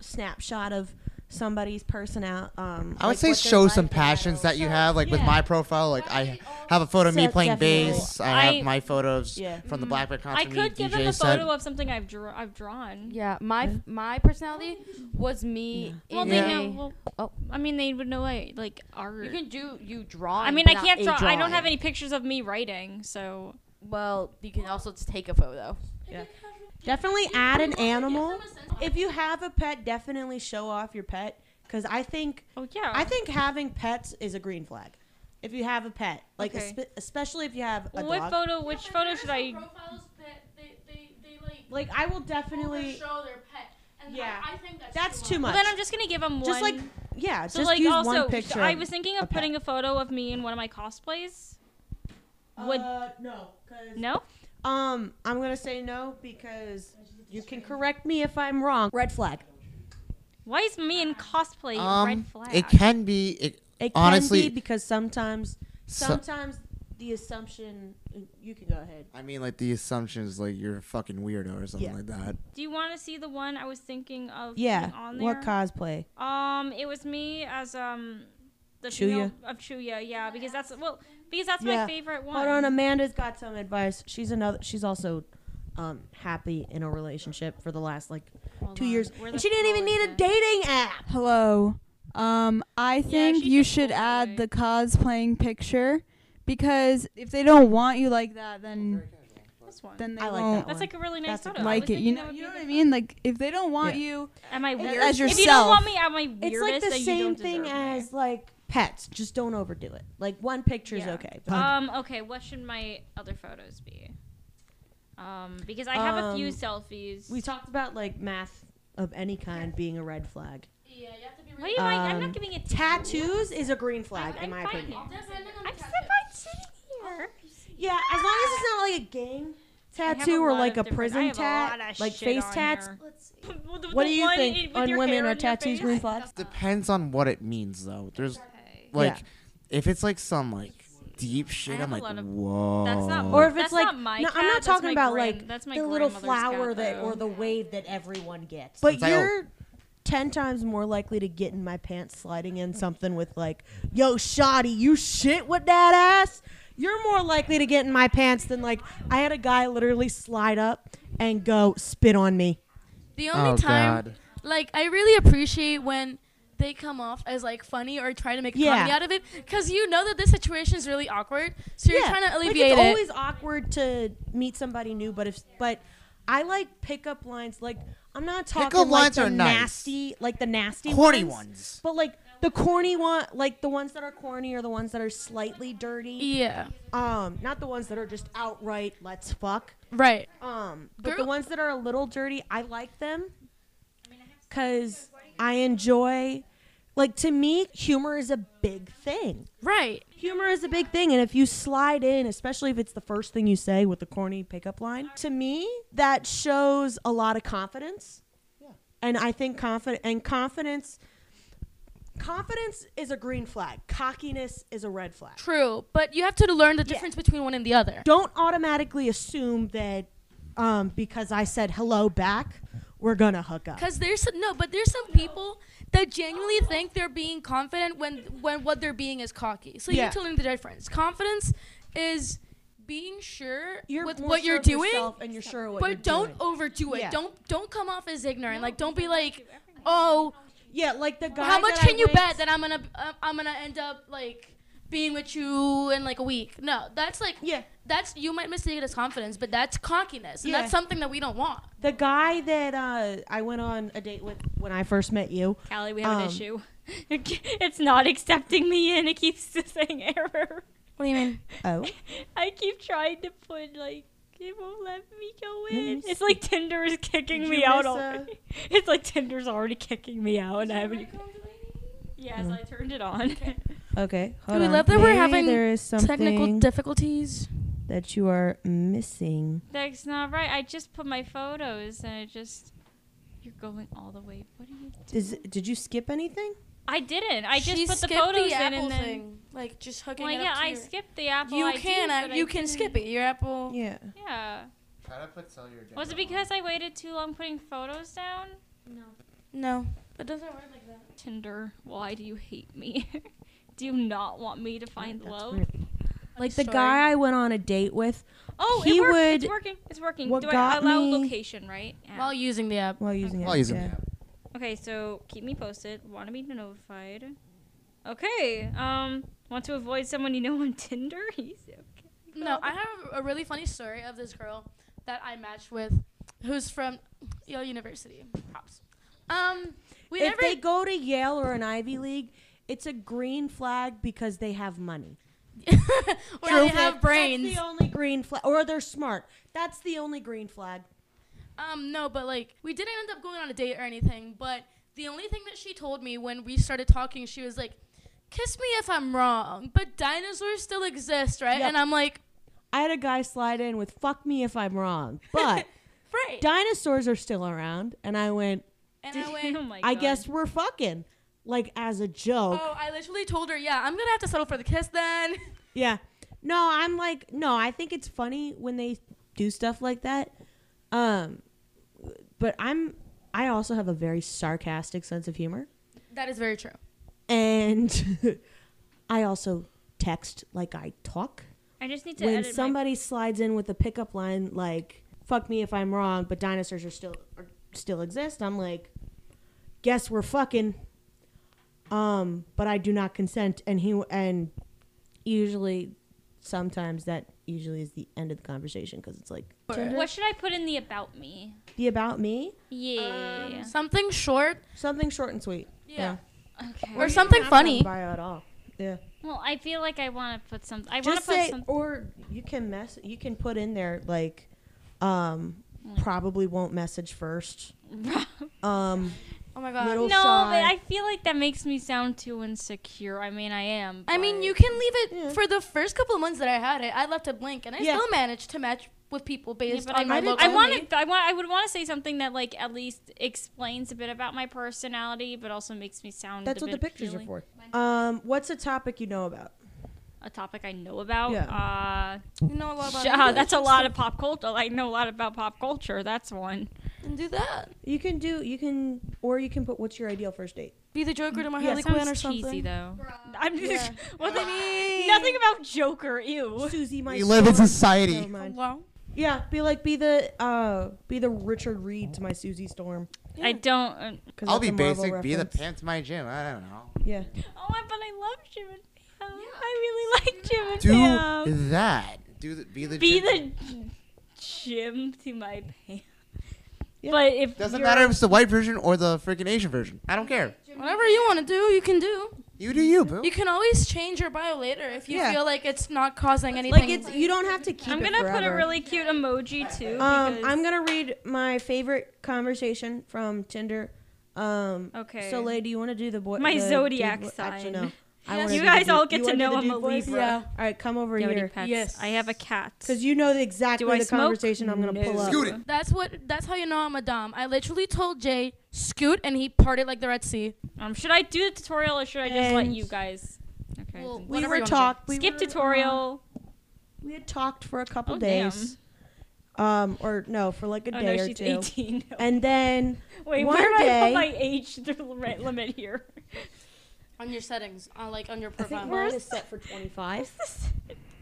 [SPEAKER 1] snapshot of somebody's personality um
[SPEAKER 3] I would
[SPEAKER 1] like
[SPEAKER 3] say
[SPEAKER 1] what their
[SPEAKER 3] show
[SPEAKER 1] life
[SPEAKER 3] some passions that you have. Like with my profile, like I have a photo of me
[SPEAKER 1] So
[SPEAKER 3] playing
[SPEAKER 1] definitely-
[SPEAKER 3] bass. I have
[SPEAKER 1] I-
[SPEAKER 3] my photos
[SPEAKER 1] Yeah.
[SPEAKER 3] from the Blackbird concert.
[SPEAKER 8] I
[SPEAKER 3] me
[SPEAKER 8] could give
[SPEAKER 3] DJ
[SPEAKER 8] them a
[SPEAKER 3] said.
[SPEAKER 8] photo of something I've draw I've drawn.
[SPEAKER 10] Yeah, my my personality was me.
[SPEAKER 8] Well,
[SPEAKER 10] in
[SPEAKER 8] they
[SPEAKER 10] a-
[SPEAKER 8] know. Well,
[SPEAKER 1] Oh.
[SPEAKER 8] I mean, they would know I like art.
[SPEAKER 10] You can do you drawing.
[SPEAKER 8] I mean,
[SPEAKER 10] but
[SPEAKER 8] I
[SPEAKER 10] not
[SPEAKER 8] can't
[SPEAKER 10] a
[SPEAKER 8] draw. I don't
[SPEAKER 10] drawing.
[SPEAKER 8] have any pictures of me writing, so.
[SPEAKER 10] Well, you can also just take a photo.
[SPEAKER 1] Yeah. Definitely add an animal. If you have a pet, definitely show off your pet because I think
[SPEAKER 8] Oh yeah.
[SPEAKER 1] I think having pets is a green flag. If you have a pet, like
[SPEAKER 8] Okay.
[SPEAKER 1] espe- especially if you have a
[SPEAKER 8] what
[SPEAKER 1] dog.
[SPEAKER 8] photo? Which photo should I?
[SPEAKER 4] Profiles that they, they, they like.
[SPEAKER 1] Like I will definitely
[SPEAKER 4] show their pet. And
[SPEAKER 1] Yeah.
[SPEAKER 4] I, I think that's,
[SPEAKER 1] That's too
[SPEAKER 8] Well,
[SPEAKER 1] much.
[SPEAKER 8] then I'm just gonna give them one.
[SPEAKER 1] Just like yeah,
[SPEAKER 8] So
[SPEAKER 1] just
[SPEAKER 8] like
[SPEAKER 1] use
[SPEAKER 8] also,
[SPEAKER 1] one picture.
[SPEAKER 8] I was thinking
[SPEAKER 1] a
[SPEAKER 8] of
[SPEAKER 1] pet.
[SPEAKER 8] putting a photo of me in one of my cosplays. Would
[SPEAKER 1] Uh, no, 'cause-
[SPEAKER 8] no?
[SPEAKER 1] Um, I'm gonna say no because you can correct me if I'm wrong. Red flag.
[SPEAKER 8] Why is me in cosplay a red
[SPEAKER 3] Um,
[SPEAKER 8] flag?
[SPEAKER 3] it can be. It,
[SPEAKER 1] It
[SPEAKER 3] honestly,
[SPEAKER 1] can be because sometimes,
[SPEAKER 3] So-
[SPEAKER 1] sometimes the assumption. You can go ahead.
[SPEAKER 3] I mean, like the assumption is like you're a fucking weirdo or something
[SPEAKER 1] Yeah.
[SPEAKER 3] like that.
[SPEAKER 8] Do you want to see the one I was thinking of?
[SPEAKER 1] Yeah.
[SPEAKER 8] putting On there?
[SPEAKER 1] What cosplay?
[SPEAKER 8] Um, it was me as um the
[SPEAKER 1] Chuya?
[SPEAKER 8] female of Chuya, yeah, because that's well, because that's my favorite one.
[SPEAKER 1] Hold on, Amanda's got some advice. She's another. She's also um, happy in a relationship for the last like two years,
[SPEAKER 8] Where
[SPEAKER 1] and
[SPEAKER 8] the
[SPEAKER 1] she didn't even need a dating app.
[SPEAKER 13] Hello. Um, I think you should add the cosplaying picture because if they don't want you like that, then
[SPEAKER 8] This one.
[SPEAKER 13] then they
[SPEAKER 8] I like that
[SPEAKER 13] won't.
[SPEAKER 8] one. That's like a really nice That's a photo. good one. I
[SPEAKER 13] Like
[SPEAKER 8] was
[SPEAKER 13] it, you
[SPEAKER 8] thinking
[SPEAKER 13] know,
[SPEAKER 8] that
[SPEAKER 13] you know what I mean? Like if they don't want
[SPEAKER 1] Yeah.
[SPEAKER 13] you,
[SPEAKER 8] Am I
[SPEAKER 13] as
[SPEAKER 8] weird?
[SPEAKER 13] yourself?
[SPEAKER 8] If you don't want me, am I weirdest?
[SPEAKER 1] It's like the
[SPEAKER 8] that
[SPEAKER 1] same
[SPEAKER 8] you don't
[SPEAKER 1] thing
[SPEAKER 8] deserve me?
[SPEAKER 1] as like pets. Just don't overdo it. Like one picture is
[SPEAKER 8] Yeah.
[SPEAKER 1] okay. but-
[SPEAKER 8] Um. Okay. What should my other photos be? Um. Because I have a few
[SPEAKER 1] Um,
[SPEAKER 8] selfies.
[SPEAKER 1] we talked about like math of any kind being a red flag.
[SPEAKER 4] Yeah, you have to be
[SPEAKER 8] What do you like? I'm
[SPEAKER 1] Um,
[SPEAKER 8] not giving it to you.
[SPEAKER 1] tattoos is a green flag in my opinion.
[SPEAKER 8] Depending on
[SPEAKER 4] I'm
[SPEAKER 8] the tattoo.
[SPEAKER 1] Yeah, as long as it's not like a gang tattoo or like a
[SPEAKER 7] I
[SPEAKER 1] prison
[SPEAKER 7] have a
[SPEAKER 1] tat,
[SPEAKER 7] lot of
[SPEAKER 1] like
[SPEAKER 7] shit
[SPEAKER 1] face
[SPEAKER 7] on
[SPEAKER 1] tats?
[SPEAKER 7] here.
[SPEAKER 8] *laughs*
[SPEAKER 1] What do
[SPEAKER 7] the
[SPEAKER 1] you
[SPEAKER 7] one
[SPEAKER 1] think
[SPEAKER 7] in- with
[SPEAKER 1] on
[SPEAKER 7] your hair
[SPEAKER 1] women are
[SPEAKER 7] on your
[SPEAKER 1] tattoos green flags?
[SPEAKER 3] Depends on what it means, though. There's like, if it's like some like deep shit, I'm like, whoa.
[SPEAKER 1] or if it's
[SPEAKER 7] that's
[SPEAKER 1] like
[SPEAKER 7] not my
[SPEAKER 1] no,
[SPEAKER 7] cat,
[SPEAKER 1] I'm not
[SPEAKER 7] that's
[SPEAKER 1] talking
[SPEAKER 7] my
[SPEAKER 1] about
[SPEAKER 7] gran-
[SPEAKER 1] like
[SPEAKER 7] that's my
[SPEAKER 1] the little
[SPEAKER 7] grandmother's cat,
[SPEAKER 1] flower that
[SPEAKER 7] though. oh.
[SPEAKER 1] or the
[SPEAKER 7] wave that everyone gets.
[SPEAKER 1] But you're ten times more likely to get in my pants sliding in something with like, yo, shoddy, you shit with that ass. You're more likely to get in my pants than like I had a guy literally slide up and go spit on me.
[SPEAKER 4] The only time, like, I really appreciate when they come off as like funny or try to make
[SPEAKER 1] Yeah.
[SPEAKER 4] comedy out of it, because you know that this situation is really awkward, so you're
[SPEAKER 1] Yeah,
[SPEAKER 4] trying to
[SPEAKER 1] like,
[SPEAKER 4] alleviate
[SPEAKER 1] it's
[SPEAKER 4] it.
[SPEAKER 1] always awkward to meet somebody new, but if but I like pickup lines. Like I'm not
[SPEAKER 3] Pickup
[SPEAKER 1] talking like
[SPEAKER 3] lines
[SPEAKER 1] the
[SPEAKER 3] are nice.
[SPEAKER 1] nasty, like the nasty,
[SPEAKER 3] Corny
[SPEAKER 1] ones,
[SPEAKER 3] ones.
[SPEAKER 1] but like the corny one, like the ones that are corny or the ones that are slightly dirty.
[SPEAKER 4] Yeah.
[SPEAKER 1] Um, not the ones that are just outright let's fuck.
[SPEAKER 4] Right.
[SPEAKER 1] Um, but the
[SPEAKER 4] Girl-
[SPEAKER 1] ones that are a little dirty, I like them because I enjoy. Like to me, humor is a big thing.
[SPEAKER 4] Right.
[SPEAKER 1] Humor is a big thing, and if you slide in, especially if it's the first thing you say with the corny pickup line, to me that shows a lot of confidence. And I think confident and confidence, confidence is a green flag. Cockiness is a red flag.
[SPEAKER 4] True, but you have to learn the difference between one and the other.
[SPEAKER 1] Don't automatically assume that um, because I said hello back, we're gonna hook up.
[SPEAKER 4] Because there's some, no, but there's some people that genuinely think they're being confident when when what they're being is cocky. So you
[SPEAKER 1] Yeah.
[SPEAKER 4] need to learn the difference. Confidence is being sure
[SPEAKER 1] You're
[SPEAKER 4] with
[SPEAKER 1] more
[SPEAKER 4] what
[SPEAKER 1] sure
[SPEAKER 4] you're
[SPEAKER 1] of
[SPEAKER 4] doing,
[SPEAKER 1] yourself and you're sure of what
[SPEAKER 4] but
[SPEAKER 1] you're
[SPEAKER 4] don't
[SPEAKER 1] doing.
[SPEAKER 4] overdo it.
[SPEAKER 1] Yeah.
[SPEAKER 4] Don't don't come off as ignorant. like don't be like, oh,
[SPEAKER 1] yeah, like the guy.
[SPEAKER 4] How much
[SPEAKER 1] that I
[SPEAKER 4] can you
[SPEAKER 1] went-
[SPEAKER 4] bet that I'm gonna uh, I'm gonna end up like being with you in like a week? No, that's like yeah, that's you might mistake it as confidence, but that's cockiness, and
[SPEAKER 1] Yeah.
[SPEAKER 4] that's something that we don't want.
[SPEAKER 1] The guy that uh, I went on a date with when I first met you.
[SPEAKER 8] Callie, we have an
[SPEAKER 1] um,
[SPEAKER 8] issue. *laughs* it's not accepting me, and it keeps *laughs* saying error.
[SPEAKER 4] What do you mean?
[SPEAKER 1] Oh.
[SPEAKER 8] *laughs* I keep trying to put like it won't let me go
[SPEAKER 1] Let me
[SPEAKER 8] in. It's
[SPEAKER 1] see.
[SPEAKER 8] like Tinder is kicking
[SPEAKER 1] Did
[SPEAKER 8] me
[SPEAKER 1] you
[SPEAKER 8] out
[SPEAKER 1] miss, uh,
[SPEAKER 8] already. *laughs* It's like Tinder's already kicking me out, and I haven't. Even... Yes,
[SPEAKER 1] Oh.
[SPEAKER 8] I
[SPEAKER 4] Mm.
[SPEAKER 8] turned it on.
[SPEAKER 1] Okay.
[SPEAKER 4] Do we love that we're having technical
[SPEAKER 1] something
[SPEAKER 4] difficulties?
[SPEAKER 1] that you are missing.
[SPEAKER 8] *laughs* That's not right. I just put my photos, and it just you're going all the way. What are you?
[SPEAKER 1] Is, did you skip anything?
[SPEAKER 8] I didn't. I just
[SPEAKER 4] She
[SPEAKER 8] put the
[SPEAKER 4] skipped the
[SPEAKER 8] photos in,
[SPEAKER 4] Apple
[SPEAKER 8] and then
[SPEAKER 4] thing, like just hooking
[SPEAKER 8] Well,
[SPEAKER 4] it up
[SPEAKER 8] yeah,
[SPEAKER 4] to
[SPEAKER 8] I
[SPEAKER 4] your-
[SPEAKER 8] skipped the Apple
[SPEAKER 4] You
[SPEAKER 8] ID,
[SPEAKER 4] can
[SPEAKER 8] but
[SPEAKER 4] uh,
[SPEAKER 8] I
[SPEAKER 4] you can
[SPEAKER 8] didn't-
[SPEAKER 4] skip it. Your Apple.
[SPEAKER 1] Yeah.
[SPEAKER 8] yeah.
[SPEAKER 3] Try to put cellular data
[SPEAKER 8] Was it because I waited too long putting photos down? No.
[SPEAKER 4] No, it doesn't work like that.
[SPEAKER 8] Tinder, why do you hate me? *laughs* do you not want me to find love?
[SPEAKER 1] Like the guy I went on a date with.
[SPEAKER 8] Oh,
[SPEAKER 1] he
[SPEAKER 8] it worked.
[SPEAKER 1] would.
[SPEAKER 8] It's working. It's working.
[SPEAKER 1] what
[SPEAKER 8] do I
[SPEAKER 1] got
[SPEAKER 8] allow
[SPEAKER 1] me-
[SPEAKER 8] location, right? Yeah.
[SPEAKER 4] While using the app.
[SPEAKER 1] While using
[SPEAKER 3] While
[SPEAKER 1] it.
[SPEAKER 3] using
[SPEAKER 1] yeah.
[SPEAKER 3] the
[SPEAKER 8] Okay, so keep me posted. Want to be notified? Okay. Um, want to avoid someone you know on *laughs* Tinder? He's okay.
[SPEAKER 4] No, I have a really funny story of this girl that I matched with, who's from Yale University. Props. Um, we
[SPEAKER 1] if
[SPEAKER 4] never. *laughs*
[SPEAKER 1] they go to Yale or an Ivy League, it's a green flag because they have money. *laughs*
[SPEAKER 4] or they have brains.
[SPEAKER 1] That's the only green flag, or they're smart. That's the only green flag.
[SPEAKER 4] Um, no, but like we didn't end up going on a date or anything. But the only thing that she told me when we started talking, she was like, "Kiss me if I'm wrong, but dinosaurs still exist, right?"
[SPEAKER 1] Yep.
[SPEAKER 4] And I'm like,
[SPEAKER 1] I had a guy slide in with "fuck me if I'm
[SPEAKER 4] *laughs*
[SPEAKER 1] wrong," but
[SPEAKER 4] right.
[SPEAKER 1] dinosaurs are still around, and I went.
[SPEAKER 4] and I went, "Oh my
[SPEAKER 1] I guess we're fucking, like as a joke.
[SPEAKER 4] Oh, I literally told her, "Yeah, I'm gonna have to settle for the kiss then." *laughs*
[SPEAKER 1] Yeah. No, I'm like, no, I think it's funny when they do stuff like that. Um but I'm I also have a very sarcastic sense of humor
[SPEAKER 4] That is very true.
[SPEAKER 1] and *laughs* I also text like I talk.
[SPEAKER 8] I just need to
[SPEAKER 1] When
[SPEAKER 8] edit my-
[SPEAKER 1] somebody slides in with a pickup line like fuck me if I'm wrong, but dinosaurs are still are, still exist, I'm like guess we're fucking um but I do not consent and he and usually sometimes that usually is the end of the conversation cuz it's like Tinder,
[SPEAKER 8] What should I put in the about me? Um,
[SPEAKER 1] the about me
[SPEAKER 8] Yeah.
[SPEAKER 4] something short.
[SPEAKER 1] Something short and sweet.
[SPEAKER 8] Yeah. Okay.
[SPEAKER 4] Or something funny.
[SPEAKER 1] Bio at all. Yeah.
[SPEAKER 8] Well, I feel like I want to put some. I want to
[SPEAKER 1] Just
[SPEAKER 8] put
[SPEAKER 1] say
[SPEAKER 8] some. *laughs*
[SPEAKER 1] or you can mess you can put in there like um
[SPEAKER 8] Mm.
[SPEAKER 1] probably won't message first. um
[SPEAKER 4] Oh my god.
[SPEAKER 1] Little
[SPEAKER 8] No,
[SPEAKER 1] shy.
[SPEAKER 8] but I feel like that makes me sound too insecure. I mean, I am.
[SPEAKER 4] I mean,
[SPEAKER 8] but-
[SPEAKER 4] you can leave it for the first couple of months that I had it. I left it blank, and I
[SPEAKER 8] Yeah.
[SPEAKER 4] still managed to match
[SPEAKER 11] with people
[SPEAKER 8] Yeah,
[SPEAKER 11] based
[SPEAKER 8] but
[SPEAKER 11] on
[SPEAKER 8] I,
[SPEAKER 11] my
[SPEAKER 8] I,
[SPEAKER 11] local
[SPEAKER 8] wanna, I want I would want to say something that like at least explains a bit about my personality, but also makes me sound.
[SPEAKER 1] That's
[SPEAKER 8] a
[SPEAKER 1] what the
[SPEAKER 8] bit
[SPEAKER 1] pictures
[SPEAKER 8] appealing.
[SPEAKER 1] are for. Um, what's a topic you know about?
[SPEAKER 8] A topic I know about.
[SPEAKER 1] Yeah.
[SPEAKER 8] Uh,
[SPEAKER 1] You know a lot about
[SPEAKER 8] sh- uh, that's a lot of pop culture. I know a lot about pop culture. That's one.
[SPEAKER 11] And do that.
[SPEAKER 1] You can do. You can, or you can put. What's your ideal first date?
[SPEAKER 11] Be the Joker to my
[SPEAKER 1] Yeah,
[SPEAKER 11] Harley
[SPEAKER 1] sounds
[SPEAKER 11] Quinn or something.
[SPEAKER 1] cheesy,
[SPEAKER 8] though. I'm just
[SPEAKER 11] Yeah.
[SPEAKER 8] what the- nothing about Joker. Ew.
[SPEAKER 1] Susie, my
[SPEAKER 3] We live in
[SPEAKER 1] soul.
[SPEAKER 3] society.
[SPEAKER 1] Never mind.
[SPEAKER 11] Well.
[SPEAKER 1] Yeah, be like be the uh be the Richard Reed to my Susie Storm.
[SPEAKER 8] I don't. uh,
[SPEAKER 1] 'Cause that's
[SPEAKER 3] I'll be
[SPEAKER 1] a Marvel
[SPEAKER 3] basic. Be the
[SPEAKER 1] reference.
[SPEAKER 3] pants my gym. I don't know.
[SPEAKER 1] Yeah.
[SPEAKER 8] Oh, I- but I love Jim and Pam. I really like Jim and
[SPEAKER 3] Do
[SPEAKER 8] Pam.
[SPEAKER 3] that. Do the, be the
[SPEAKER 8] Be
[SPEAKER 3] gym.
[SPEAKER 8] the Jim to my Pam. But if
[SPEAKER 3] Doesn't
[SPEAKER 8] you're-
[SPEAKER 3] matter if it's the white version or the freaking Asian version. I don't care.
[SPEAKER 11] Whatever you want to do, you can do.
[SPEAKER 3] You do you,
[SPEAKER 4] Oh.
[SPEAKER 3] boo.
[SPEAKER 11] You can always change your bio later if you
[SPEAKER 1] Yeah.
[SPEAKER 11] feel like it's not causing anything.
[SPEAKER 1] Like it's you don't have to keep.
[SPEAKER 8] I'm
[SPEAKER 1] it
[SPEAKER 8] gonna put a
[SPEAKER 1] forever.
[SPEAKER 8] really cute emoji too.
[SPEAKER 1] Um,
[SPEAKER 8] because-
[SPEAKER 1] I'm gonna read my favorite conversation from Tinder. Um,
[SPEAKER 8] Okay.
[SPEAKER 1] So, Lay, do you want to do the boy?
[SPEAKER 8] My
[SPEAKER 1] the
[SPEAKER 8] zodiac
[SPEAKER 1] dude vo- Actually,
[SPEAKER 8] sign.
[SPEAKER 1] no. I
[SPEAKER 8] Yes.
[SPEAKER 1] wanna
[SPEAKER 8] You
[SPEAKER 1] do
[SPEAKER 8] guys
[SPEAKER 1] the
[SPEAKER 8] all
[SPEAKER 1] dude-
[SPEAKER 8] get
[SPEAKER 1] you
[SPEAKER 8] to
[SPEAKER 1] wanna do
[SPEAKER 8] know
[SPEAKER 1] the
[SPEAKER 8] I'm
[SPEAKER 1] dude
[SPEAKER 8] a
[SPEAKER 1] voice?
[SPEAKER 8] Libra.
[SPEAKER 1] Yeah. All right, come over
[SPEAKER 8] Do you have any
[SPEAKER 1] here.
[SPEAKER 8] pets? I have a cat.
[SPEAKER 1] Because you know the exactly
[SPEAKER 8] I
[SPEAKER 1] the
[SPEAKER 8] smoke?
[SPEAKER 1] conversation I'm gonna pull up.
[SPEAKER 11] That's what. That's how you know I'm a dom. I literally told Jay scoot, and he parted like the Red Sea.
[SPEAKER 8] Um, should I do the tutorial or should I just let
[SPEAKER 1] And-
[SPEAKER 8] you guys? Okay.
[SPEAKER 11] Well,
[SPEAKER 8] then
[SPEAKER 1] we
[SPEAKER 8] whatever
[SPEAKER 1] were
[SPEAKER 8] you wanna do.
[SPEAKER 1] talked- we
[SPEAKER 8] Skip
[SPEAKER 1] were,
[SPEAKER 8] tutorial.
[SPEAKER 1] We had talked for a couple
[SPEAKER 8] Oh, damn.
[SPEAKER 1] days. Um, or no, for like a
[SPEAKER 8] Oh, no,
[SPEAKER 1] day or
[SPEAKER 8] she's
[SPEAKER 1] two.
[SPEAKER 8] 18.
[SPEAKER 1] And then
[SPEAKER 8] *laughs* Wait,
[SPEAKER 1] one
[SPEAKER 8] where am I
[SPEAKER 1] day,
[SPEAKER 8] on my age *laughs* limit here?
[SPEAKER 11] On your settings, on like on your
[SPEAKER 1] I think
[SPEAKER 11] profile.
[SPEAKER 1] mine is set for 25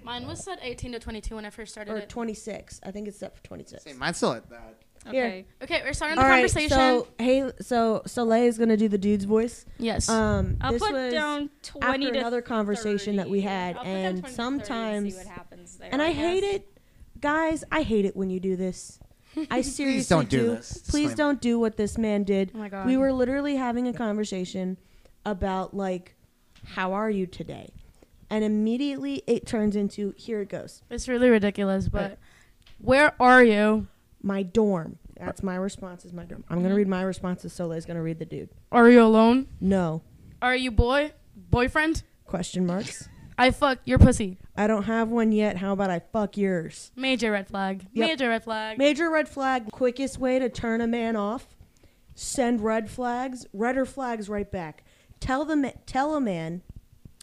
[SPEAKER 11] Mine was set 18 to 22 when I first started
[SPEAKER 1] or
[SPEAKER 11] it.
[SPEAKER 1] 26. I think it's set for 26.
[SPEAKER 3] Mine's still at that.
[SPEAKER 1] Here.
[SPEAKER 11] Okay, we're starting
[SPEAKER 1] All
[SPEAKER 11] the
[SPEAKER 1] right,
[SPEAKER 11] conversation.
[SPEAKER 1] so hey, so so Lay is gonna do the dude's voice.
[SPEAKER 11] Yes.
[SPEAKER 4] *laughs*
[SPEAKER 1] Um,
[SPEAKER 11] I'll
[SPEAKER 1] this
[SPEAKER 11] put
[SPEAKER 1] was
[SPEAKER 11] down 20
[SPEAKER 1] after
[SPEAKER 11] to
[SPEAKER 1] another conversation that we had,
[SPEAKER 8] I'll put down 20
[SPEAKER 1] and
[SPEAKER 8] to 30 and see
[SPEAKER 1] sometimes
[SPEAKER 8] what happens there,
[SPEAKER 1] and I,
[SPEAKER 8] I
[SPEAKER 1] hate
[SPEAKER 8] guess.
[SPEAKER 1] it, guys. I hate it when you do
[SPEAKER 3] *laughs*
[SPEAKER 1] this. I
[SPEAKER 3] Please
[SPEAKER 1] seriously
[SPEAKER 3] don't do this.
[SPEAKER 1] Please
[SPEAKER 3] Disclaimer.
[SPEAKER 1] don't do what this man did.
[SPEAKER 11] Oh my God.
[SPEAKER 1] We were literally having a conversation about like, how are you today? And immediately it turns into here it goes.
[SPEAKER 11] It's really ridiculous, but
[SPEAKER 1] Right.
[SPEAKER 11] where are you?
[SPEAKER 1] My dorm. That's my response. Is my dorm. I'm gonna read my responses. Soleil's gonna read the dude.
[SPEAKER 11] Are you alone?
[SPEAKER 1] No
[SPEAKER 11] Are you boy? Boyfriend?
[SPEAKER 1] question marks.
[SPEAKER 11] I fuck your pussy.
[SPEAKER 1] I don't have one yet. How about I fuck yours?
[SPEAKER 11] Major red flag.
[SPEAKER 1] Yep.
[SPEAKER 11] Major red flag.
[SPEAKER 1] Major red flag. Quickest way to turn a man off: send red flags, redder flags right back. Tell the ma- tell a man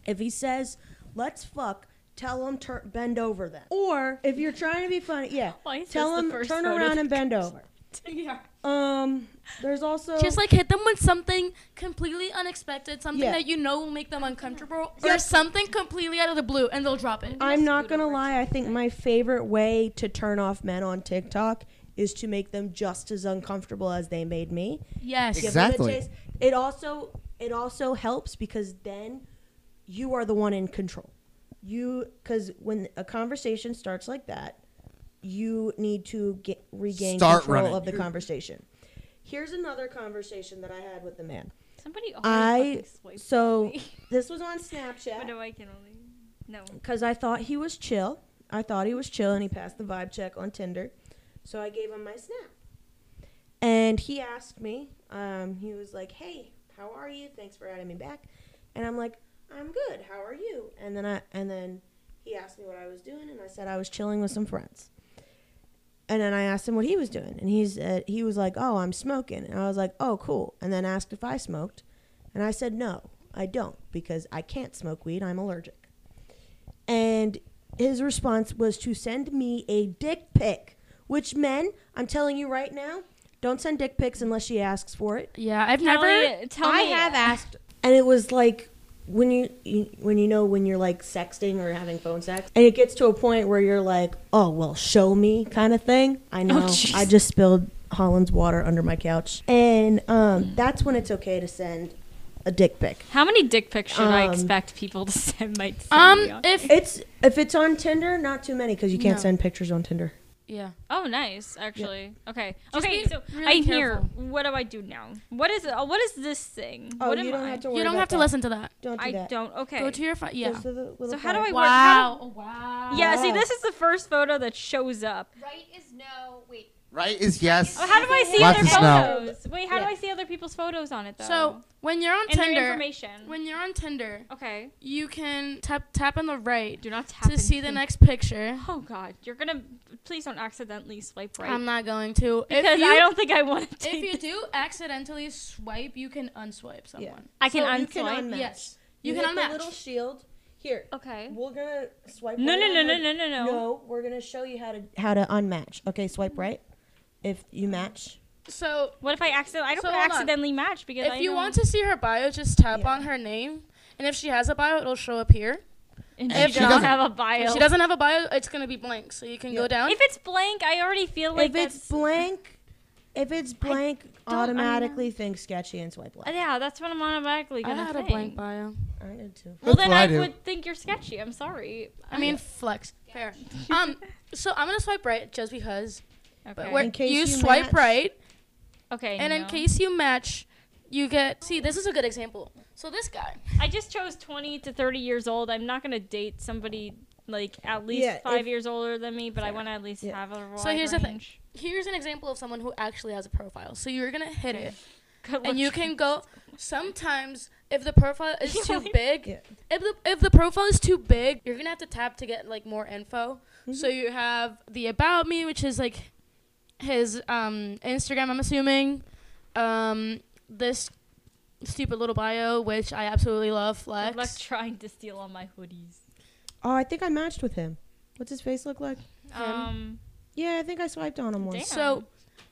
[SPEAKER 1] if he says "let's fuck," tell him tur- bend over then. Or if you're trying to be funny, yeah,
[SPEAKER 8] *laughs* Why is
[SPEAKER 1] tell
[SPEAKER 8] this the
[SPEAKER 1] him
[SPEAKER 8] first
[SPEAKER 1] turn
[SPEAKER 8] photo
[SPEAKER 1] around
[SPEAKER 8] that
[SPEAKER 1] and bend
[SPEAKER 8] *laughs*
[SPEAKER 1] over.
[SPEAKER 11] yeah.
[SPEAKER 1] Um, there's also
[SPEAKER 11] Just like hit them with something completely unexpected, something
[SPEAKER 1] Yeah.
[SPEAKER 11] that you know will make them uncomfortable, or
[SPEAKER 1] Yep.
[SPEAKER 11] something completely out of the blue, and they'll drop it.
[SPEAKER 1] I'm not gonna lie. I think my favorite way to turn off men on TikTok is to make them just as uncomfortable as they made me.
[SPEAKER 11] Yes.
[SPEAKER 1] Give them a
[SPEAKER 11] Exactly.
[SPEAKER 1] chase. It also it also helps because then you are the one in control. You because when a conversation starts like that, you need to get, regain
[SPEAKER 3] Start
[SPEAKER 1] control
[SPEAKER 3] running.
[SPEAKER 1] of the conversation. Here's another conversation that I had with the man.
[SPEAKER 8] Somebody always
[SPEAKER 1] I
[SPEAKER 8] fucking swipes
[SPEAKER 1] so
[SPEAKER 8] me. *laughs*
[SPEAKER 1] this was on Snapchat.
[SPEAKER 8] But no, *laughs* I can only. No.
[SPEAKER 1] because I thought he was chill. I thought he was chill, and he passed the vibe check on Tinder. So I gave him my snap, and he asked me. Um, he was like, "Hey, how are you? Thanks for adding me back." And I'm like, "I'm good. How are you?" And then I and then he asked me what I was doing, and I said I was chilling with some friends. And then I asked him what he was doing, and he's uh, he was like, "Oh, I'm smoking." And I was like, "Oh, cool." And then asked if I smoked, and I said, "No, I don't because I can't smoke weed. I'm allergic." and his response was to send me a dick pic. Which men, I'm telling you right now, don't send dick pics unless she asks for it.
[SPEAKER 11] Yeah, I've
[SPEAKER 8] Tell
[SPEAKER 11] never.
[SPEAKER 8] me- tell
[SPEAKER 11] I
[SPEAKER 8] me-
[SPEAKER 11] have
[SPEAKER 1] asked. And it was like when you, you when you know when you're like sexting or having phone sex, and it gets to a point where you're like, oh well, show me kind of thing.
[SPEAKER 8] Oh,
[SPEAKER 1] I know.
[SPEAKER 2] jeez.
[SPEAKER 1] I just spilled Holland's water under my couch, and um, that's when it's okay to send a dick pic.
[SPEAKER 8] How many dick pics should I
[SPEAKER 1] Um,
[SPEAKER 8] expect people to *laughs* send my? send me
[SPEAKER 1] Um,
[SPEAKER 8] on?
[SPEAKER 1] if it's if it's on Tinder, not too many because you can't
[SPEAKER 8] No.
[SPEAKER 1] send pictures on Tinder.
[SPEAKER 11] Yeah.
[SPEAKER 8] Oh, nice. Actually, okay.
[SPEAKER 11] Just
[SPEAKER 8] okay,
[SPEAKER 11] be
[SPEAKER 8] so
[SPEAKER 11] really
[SPEAKER 8] I hear.
[SPEAKER 11] careful.
[SPEAKER 8] What do I do now? What is it? oh, What is this thing?
[SPEAKER 1] Oh,
[SPEAKER 8] what
[SPEAKER 1] you
[SPEAKER 8] am
[SPEAKER 1] don't
[SPEAKER 8] I?
[SPEAKER 1] have to
[SPEAKER 11] You don't have to listen to that.
[SPEAKER 1] Don't do
[SPEAKER 8] I
[SPEAKER 1] that.
[SPEAKER 8] don't. Okay.
[SPEAKER 11] Go to your phone. Yeah.
[SPEAKER 1] Those are the little Ah.
[SPEAKER 8] So how do I
[SPEAKER 1] flags.
[SPEAKER 8] work? how
[SPEAKER 11] Wow.
[SPEAKER 8] do-
[SPEAKER 11] wow.
[SPEAKER 8] Yeah. See, this is the first photo that shows up.
[SPEAKER 14] Right is no. Wait.
[SPEAKER 3] Right is yes.
[SPEAKER 8] Oh, how do I see
[SPEAKER 3] Left
[SPEAKER 8] other
[SPEAKER 3] is no.
[SPEAKER 8] photos? Wait, how do I see other people's photos on it though?
[SPEAKER 4] So when you're on
[SPEAKER 8] And their
[SPEAKER 4] Tinder,
[SPEAKER 8] information.
[SPEAKER 4] when you're on Tinder,
[SPEAKER 8] okay,
[SPEAKER 4] you can tap tap on the right.
[SPEAKER 8] Do not
[SPEAKER 4] tap to see the next picture.
[SPEAKER 8] Oh God, you're gonna please don't accidentally swipe right.
[SPEAKER 4] I'm not going to Um, If
[SPEAKER 8] because
[SPEAKER 4] you-
[SPEAKER 8] I don't think I want to.
[SPEAKER 4] If you do accidentally swipe, you can unswipe someone.
[SPEAKER 8] I can
[SPEAKER 4] So
[SPEAKER 8] unswipe.
[SPEAKER 4] you unmatch. Yes, you,
[SPEAKER 1] hit
[SPEAKER 4] can
[SPEAKER 1] the
[SPEAKER 4] unmatch.
[SPEAKER 1] little shield here.
[SPEAKER 8] Okay.
[SPEAKER 1] We're gonna swipe.
[SPEAKER 8] No,
[SPEAKER 1] right
[SPEAKER 8] no, no,
[SPEAKER 1] on
[SPEAKER 8] no,
[SPEAKER 1] the-
[SPEAKER 8] no, no, no.
[SPEAKER 1] No, we're gonna show you how to how to unmatch. Okay, swipe right. If you match,
[SPEAKER 4] So
[SPEAKER 8] what if I accidentally? I don't
[SPEAKER 4] So
[SPEAKER 8] wanna
[SPEAKER 4] hold on.
[SPEAKER 8] accidentally match because
[SPEAKER 4] if
[SPEAKER 8] I
[SPEAKER 4] you
[SPEAKER 8] know-
[SPEAKER 4] want to see her bio, just tap on her name, and if she has a bio, it'll show up here.
[SPEAKER 8] And
[SPEAKER 4] If
[SPEAKER 8] she
[SPEAKER 4] not-
[SPEAKER 8] doesn't have a bio.
[SPEAKER 4] If she doesn't have a bio, it's gonna be blank. So you can go down.
[SPEAKER 8] If it's blank, I already feel like
[SPEAKER 1] if it's
[SPEAKER 8] that's-
[SPEAKER 1] blank, if it's blank,
[SPEAKER 8] don't- I
[SPEAKER 1] automatically think sketchy and swipe
[SPEAKER 8] Uh,
[SPEAKER 1] left.
[SPEAKER 8] Yeah, that's what I'm automatically
[SPEAKER 4] I
[SPEAKER 8] gonna
[SPEAKER 4] had a
[SPEAKER 8] think.
[SPEAKER 4] blank bio.
[SPEAKER 1] I did too.
[SPEAKER 8] Well,
[SPEAKER 1] That's
[SPEAKER 8] then
[SPEAKER 1] what
[SPEAKER 8] I,
[SPEAKER 1] I do.
[SPEAKER 8] would think you're sketchy. I'm sorry.
[SPEAKER 4] I mean, flex.
[SPEAKER 8] *laughs*
[SPEAKER 4] Fair. um, so I'm gonna swipe right just because. But where
[SPEAKER 8] In case
[SPEAKER 4] you,
[SPEAKER 8] you
[SPEAKER 4] swipe
[SPEAKER 8] match.
[SPEAKER 4] right.
[SPEAKER 8] Okay.
[SPEAKER 4] And in
[SPEAKER 8] no.
[SPEAKER 4] case you match, you get. See, this is a good example. So this guy.
[SPEAKER 8] I just chose 20 to 30 years old. I'm not gonna date somebody like at least
[SPEAKER 4] Yeah,
[SPEAKER 8] five
[SPEAKER 4] if-
[SPEAKER 8] years older than me, but I want to at least have a. Wide
[SPEAKER 4] So here's the thing.
[SPEAKER 8] range. *laughs*
[SPEAKER 4] Here's an example of someone who actually has a profile. So you're gonna hit it,
[SPEAKER 8] Good luck
[SPEAKER 4] and you
[SPEAKER 8] trying
[SPEAKER 4] can go. Sometimes if the profile *laughs* is too big,
[SPEAKER 1] Yeah.
[SPEAKER 4] if the if the profile is too big, you're gonna have to tap to get like more info.
[SPEAKER 1] Mm-hmm.
[SPEAKER 4] So you have the about me, which is like his um, Instagram. I'm assuming um, this stupid little bio, which I absolutely love. Flex.
[SPEAKER 8] Good luck trying to steal all my hoodies.
[SPEAKER 1] Oh, I think I matched with him. What's his face look like?
[SPEAKER 8] Um,
[SPEAKER 1] Yeah, I think I swiped on him once.
[SPEAKER 4] So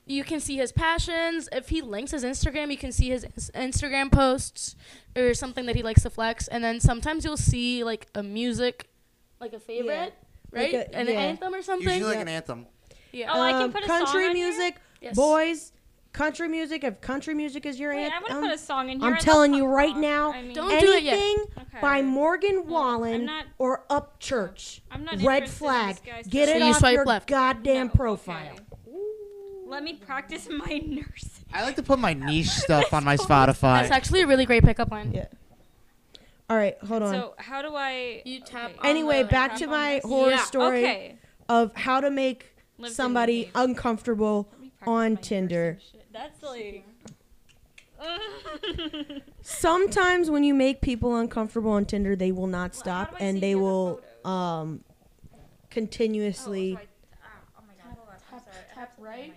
[SPEAKER 4] you can see his passions. If he links his Instagram, you can see his ins- Instagram posts or something that he likes to flex. And then sometimes you'll see like a music, like a favorite, right?
[SPEAKER 1] Like a-
[SPEAKER 4] an
[SPEAKER 1] yeah.
[SPEAKER 4] anthem or something.
[SPEAKER 3] Usually like an anthem.
[SPEAKER 4] Yeah.
[SPEAKER 8] Oh, I can
[SPEAKER 1] Um,
[SPEAKER 8] put a song
[SPEAKER 1] country
[SPEAKER 8] on here?
[SPEAKER 1] music,
[SPEAKER 8] Yes.
[SPEAKER 1] boys. Country music. If country music is your
[SPEAKER 8] Wait,
[SPEAKER 1] anthem,
[SPEAKER 8] I wanna put a song in here. I
[SPEAKER 1] Um, I'm
[SPEAKER 8] love
[SPEAKER 1] telling you right now,
[SPEAKER 8] I mean-
[SPEAKER 1] don't
[SPEAKER 8] Don't do it yet.
[SPEAKER 1] anything
[SPEAKER 8] Okay.
[SPEAKER 1] by Morgan Wallen
[SPEAKER 8] not-
[SPEAKER 1] or Upchurch.
[SPEAKER 8] I'm
[SPEAKER 1] red
[SPEAKER 8] not interested in
[SPEAKER 1] flag.
[SPEAKER 8] this guy's
[SPEAKER 1] Get
[SPEAKER 8] stuff.
[SPEAKER 1] it
[SPEAKER 8] So you
[SPEAKER 1] off
[SPEAKER 8] swipe
[SPEAKER 1] your
[SPEAKER 8] left.
[SPEAKER 1] goddamn profile.
[SPEAKER 8] Let me practice *laughs* my nurse.
[SPEAKER 3] I like to put my
[SPEAKER 1] *laughs*
[SPEAKER 3] niche stuff on my
[SPEAKER 4] That's
[SPEAKER 3] Spotify.
[SPEAKER 4] actually a really great pickup line.
[SPEAKER 1] Yeah. All right, hold on.
[SPEAKER 8] So how do I?
[SPEAKER 4] You tap.
[SPEAKER 1] anyway, back to my horror story
[SPEAKER 8] Okay.
[SPEAKER 1] of how to make
[SPEAKER 8] Live to
[SPEAKER 1] somebody uncomfortable on Tinder.
[SPEAKER 8] That's *laughs* like.
[SPEAKER 1] Sometimes when you make people uncomfortable on Tinder, they will not stop and they will
[SPEAKER 8] Oh,
[SPEAKER 1] um, continuously.
[SPEAKER 8] oh
[SPEAKER 4] Tap, tap right.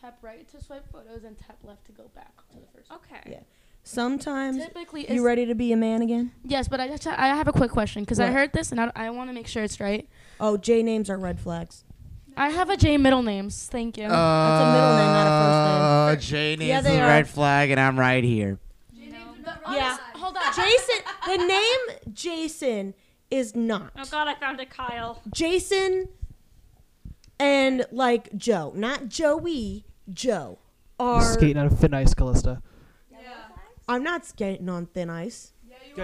[SPEAKER 4] Tap right to swipe photos and tap left to go back to the first.
[SPEAKER 8] Okay.
[SPEAKER 1] yeah. Sometimes
[SPEAKER 4] Typically it's-
[SPEAKER 1] Um, you ready to be a man again?
[SPEAKER 4] Yes, but I just I have a quick question because I
[SPEAKER 1] What?
[SPEAKER 4] heard this and I, I want to make sure it's right.
[SPEAKER 1] Oh, J names are red flags.
[SPEAKER 4] I have a J middle names. Thank you.
[SPEAKER 3] Uh,
[SPEAKER 1] That's a middle name, not a first name.
[SPEAKER 3] Oh, Jay needs
[SPEAKER 1] Yeah,
[SPEAKER 3] a
[SPEAKER 1] they are.
[SPEAKER 3] red flag, and I'm right here.
[SPEAKER 1] Yeah.
[SPEAKER 4] Hold
[SPEAKER 1] on.
[SPEAKER 8] *laughs*
[SPEAKER 1] Jason, the name Jason is not.
[SPEAKER 8] Oh God, I found a Kyle.
[SPEAKER 1] Jason and like Joe, not Joey, Joe are
[SPEAKER 6] Skating on thin ice, Callista.
[SPEAKER 1] I'm not skating on thin ice.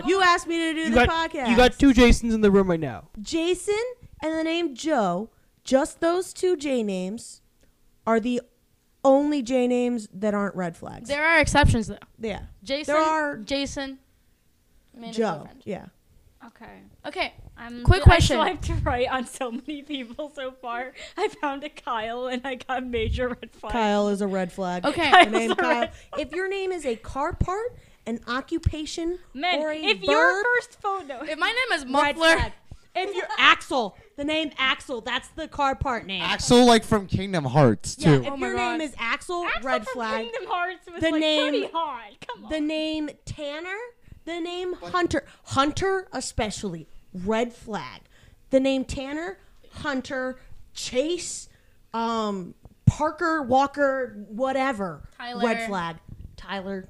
[SPEAKER 1] you asked me to do
[SPEAKER 6] You
[SPEAKER 1] the
[SPEAKER 6] got,
[SPEAKER 1] podcast.
[SPEAKER 6] you got two Jasons in the room right now.
[SPEAKER 1] Jason and the name Joe, just those two J names are the only J names that aren't red flags.
[SPEAKER 4] There are exceptions though.
[SPEAKER 1] yeah.
[SPEAKER 4] Jason.
[SPEAKER 1] There are
[SPEAKER 4] Jason. man and
[SPEAKER 1] Joe.
[SPEAKER 4] girlfriend.
[SPEAKER 1] Yeah.
[SPEAKER 8] Okay.
[SPEAKER 4] Okay.
[SPEAKER 8] I'm
[SPEAKER 4] Quick
[SPEAKER 8] *laughs* I
[SPEAKER 4] question.
[SPEAKER 8] swiped right on so many people so far. I found a Kyle and I got major red flag.
[SPEAKER 1] Kyle is a red flag.
[SPEAKER 8] Okay.
[SPEAKER 1] The
[SPEAKER 8] Kyle's
[SPEAKER 1] name
[SPEAKER 8] a
[SPEAKER 1] Kyle.
[SPEAKER 8] red
[SPEAKER 1] If your name is a car part, an occupation,
[SPEAKER 8] Men,
[SPEAKER 1] or a
[SPEAKER 8] if
[SPEAKER 1] verb,
[SPEAKER 8] your first photo, *laughs*
[SPEAKER 4] if my name is
[SPEAKER 1] red flag. If you're Axel, the name Axel, that's the car part name.
[SPEAKER 3] Axel, like from Kingdom Hearts,
[SPEAKER 1] Yeah,
[SPEAKER 3] too.
[SPEAKER 1] if your name is Axel, red flag.
[SPEAKER 8] Kingdom Hearts was
[SPEAKER 1] the
[SPEAKER 8] like
[SPEAKER 1] name-
[SPEAKER 8] pretty hard. Come on.
[SPEAKER 1] The name Tanner, the name Hunter, Hunter especially, red flag. The name Tanner, Hunter, Chase, um, Parker, Walker, whatever,
[SPEAKER 4] Tyler.
[SPEAKER 1] red flag. Tyler.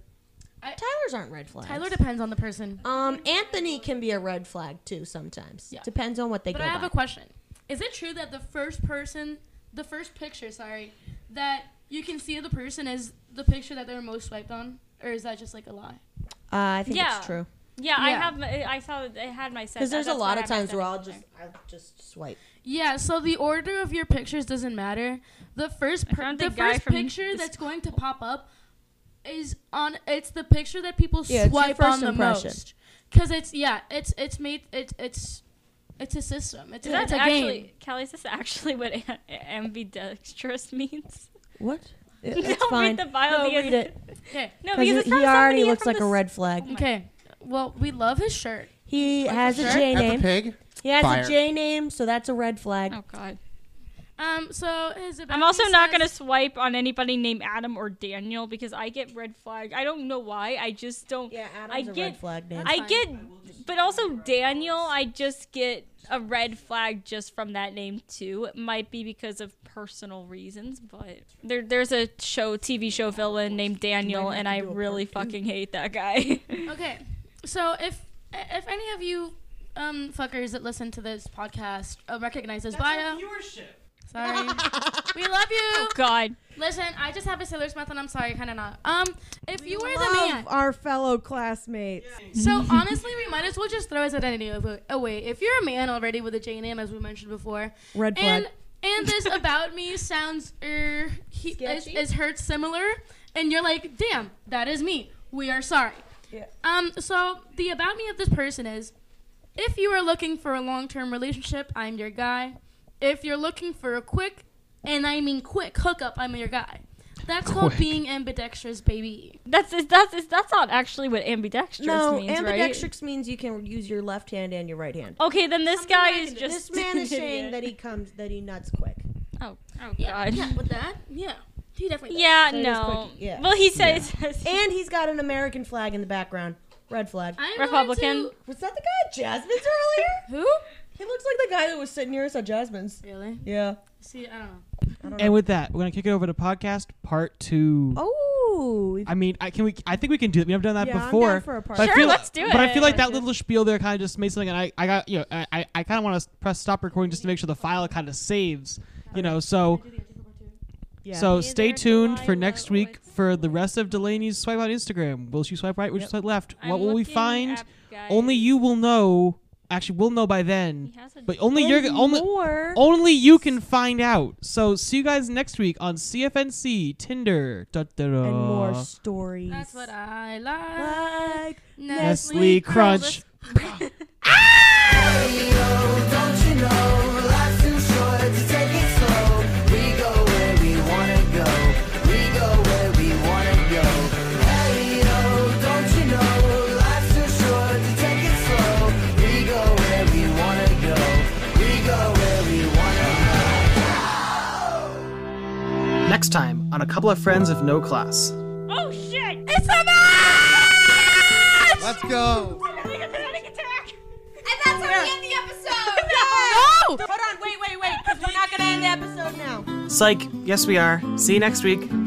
[SPEAKER 1] Tyler's aren't red flags.
[SPEAKER 4] Tyler depends on the person.
[SPEAKER 1] Um, Anthony can be a red flag too sometimes.
[SPEAKER 4] Yeah.
[SPEAKER 1] Depends on what they
[SPEAKER 4] but
[SPEAKER 1] go
[SPEAKER 4] I have
[SPEAKER 1] by.
[SPEAKER 4] a question. Is it true that the first person, the first picture, sorry, that you can see of the person is the picture that they're most swiped on, or is that just like a lie?
[SPEAKER 1] Uh, I think
[SPEAKER 8] yeah.
[SPEAKER 1] it's true.
[SPEAKER 8] Yeah, I
[SPEAKER 4] Yeah.
[SPEAKER 8] have. my- I saw. I had my set.
[SPEAKER 1] Because there's a
[SPEAKER 8] That's
[SPEAKER 1] lot
[SPEAKER 8] why
[SPEAKER 1] of
[SPEAKER 8] I have
[SPEAKER 1] times where
[SPEAKER 8] that
[SPEAKER 1] I'll
[SPEAKER 8] on
[SPEAKER 1] just I'll just swipe.
[SPEAKER 4] Yeah. So the order of your pictures doesn't matter. The first, per-
[SPEAKER 8] found
[SPEAKER 4] the
[SPEAKER 8] a guy
[SPEAKER 4] first
[SPEAKER 8] from
[SPEAKER 4] picture
[SPEAKER 8] this
[SPEAKER 4] that's going to pop up is on. It's the picture that people
[SPEAKER 1] Yeah, it's your
[SPEAKER 4] swipe
[SPEAKER 1] first
[SPEAKER 4] on the
[SPEAKER 1] impression.
[SPEAKER 4] most. Because it's yeah, it's it's made it's it's it's a system. It's,
[SPEAKER 8] there.
[SPEAKER 4] a,
[SPEAKER 8] That's
[SPEAKER 4] it's a
[SPEAKER 8] actually
[SPEAKER 4] game.
[SPEAKER 8] Kelly. Is this actually what am- ambidextrous *laughs* means?
[SPEAKER 1] What?
[SPEAKER 4] *laughs*
[SPEAKER 1] It-
[SPEAKER 8] *laughs* Don't
[SPEAKER 1] it's
[SPEAKER 8] read
[SPEAKER 1] fine.
[SPEAKER 8] the bio
[SPEAKER 1] No,
[SPEAKER 8] because-
[SPEAKER 1] read it.
[SPEAKER 4] Okay.
[SPEAKER 1] No, because
[SPEAKER 4] No, because
[SPEAKER 1] it-
[SPEAKER 4] it's
[SPEAKER 1] he
[SPEAKER 4] not
[SPEAKER 1] already
[SPEAKER 4] somebody
[SPEAKER 1] looks
[SPEAKER 4] from
[SPEAKER 1] like
[SPEAKER 4] the
[SPEAKER 1] a
[SPEAKER 4] s-
[SPEAKER 1] red flag.
[SPEAKER 4] Okay. Well, we love his shirt.
[SPEAKER 1] He
[SPEAKER 4] Like
[SPEAKER 1] has a
[SPEAKER 4] the shirt?
[SPEAKER 1] J
[SPEAKER 4] Peppa
[SPEAKER 1] name.
[SPEAKER 4] Pig?
[SPEAKER 1] He has
[SPEAKER 4] Fire.
[SPEAKER 1] a J name, so that's a red flag.
[SPEAKER 8] Oh God.
[SPEAKER 4] Um. So his.
[SPEAKER 8] I'm also not gonna swipe on anybody named Adam or Daniel because I get red flag. I don't know why. I just don't. Yeah, I
[SPEAKER 1] Adam's a
[SPEAKER 8] get
[SPEAKER 1] red flag name.
[SPEAKER 8] I
[SPEAKER 1] That's
[SPEAKER 8] get, but also Daniel. I just get a red flag just from that name too. It might be because of personal reasons, but there there's a show TV show villain named Daniel, and I really fucking hate that guy. *laughs*
[SPEAKER 4] okay. So if if any of you um fuckers that listen to this podcast uh, recognize this bio, sorry, we love you. Oh
[SPEAKER 8] God.
[SPEAKER 4] Listen, I just have a sailor's mouth, and I'm sorry, kind of not. Um, if you were the
[SPEAKER 1] Love
[SPEAKER 4] man,
[SPEAKER 1] our fellow classmates.
[SPEAKER 4] so honestly, we might as well just throw his identity avo- away. If you're a man already with a J name, as we mentioned before,
[SPEAKER 1] Red
[SPEAKER 4] and
[SPEAKER 1] flag.
[SPEAKER 4] and this about me sounds er he, is,
[SPEAKER 1] Sketchy?
[SPEAKER 4] is heard similar, and you're like, damn, that is me. We are sorry. Um, so the about me of this person is if you are looking for a long term relationship, I'm your guy. If you're looking for a quick, and I mean quick, hookup, I'm your guy. That's called
[SPEAKER 8] Quick.
[SPEAKER 4] being ambidextrous, baby.
[SPEAKER 8] That's is- that's is- that's not actually what ambidextrous
[SPEAKER 1] No,
[SPEAKER 8] means, right?
[SPEAKER 1] ambidextrous means you can use your left hand and your right
[SPEAKER 4] Oh,
[SPEAKER 1] hand.
[SPEAKER 8] Okay, then this guy is just *laughs*
[SPEAKER 1] This man
[SPEAKER 4] *laughs*
[SPEAKER 1] is
[SPEAKER 8] an
[SPEAKER 1] saying
[SPEAKER 8] idiot.
[SPEAKER 1] that he comes that he nuts quick.
[SPEAKER 8] Oh, oh
[SPEAKER 4] Yeah,
[SPEAKER 8] God.
[SPEAKER 4] yeah, with that, yeah, he definitely. does.
[SPEAKER 8] Yeah,
[SPEAKER 1] So he is
[SPEAKER 8] no.
[SPEAKER 1] quick, yeah.
[SPEAKER 8] Well, he says *laughs*
[SPEAKER 1] and he's got an American flag in the background. Red flag.
[SPEAKER 4] I'm going
[SPEAKER 8] Republican.
[SPEAKER 4] to-
[SPEAKER 1] Was that the guy at Jasmine's earlier?
[SPEAKER 4] Who?
[SPEAKER 1] He looks like the guy that was sitting near us at Jasmine's.
[SPEAKER 4] Really?
[SPEAKER 1] Yeah.
[SPEAKER 4] See, I don't know.
[SPEAKER 6] And with that, we're gonna kick it over to podcast part two.
[SPEAKER 1] Oh.
[SPEAKER 6] I mean, I can we? I think we can do it. We have done that
[SPEAKER 1] Yeah, I'm down
[SPEAKER 6] before.
[SPEAKER 1] for a part
[SPEAKER 6] but I
[SPEAKER 1] two. Sure,
[SPEAKER 6] feel-
[SPEAKER 1] let's do
[SPEAKER 6] But I
[SPEAKER 1] it.
[SPEAKER 6] feel like that little spiel there kind of just made something, and I, I got you know, I, I- I kind of want to press stop recording just to make sure the file kind of saves, you know. So,
[SPEAKER 1] Yeah.
[SPEAKER 6] so stay tuned for next week for the rest of Delaney's swipe on Instagram. Will she swipe right? Will she
[SPEAKER 1] Yep.
[SPEAKER 6] swipe left?
[SPEAKER 1] I'm
[SPEAKER 6] what will we
[SPEAKER 1] looking
[SPEAKER 6] find?
[SPEAKER 1] up, guys.
[SPEAKER 6] Only you will know. Actually, we'll know by then.
[SPEAKER 1] has a-
[SPEAKER 6] But only you're
[SPEAKER 1] And
[SPEAKER 6] only
[SPEAKER 1] more.
[SPEAKER 6] only you can find out. So see you guys next week on CFNC Tinder. Da, da, da.
[SPEAKER 1] And more stories.
[SPEAKER 4] That's what I like.
[SPEAKER 6] Nestle Crunch.
[SPEAKER 2] Don't you know life's too short to take it slow? We go where we wanna go. We go where we wanna go. Hey yo, don't you know life's too short to take it slow? We go where we wanna go. We go where we wanna go.
[SPEAKER 6] Next time on A Couple of Friends of No Class.
[SPEAKER 2] Oh shit! It's a match!
[SPEAKER 3] Let's go.
[SPEAKER 2] And that's how we end the episode!
[SPEAKER 1] Hold on, wait, wait, wait, because we're not gonna end the episode now.
[SPEAKER 6] Psych. Yes, we are. See you next week.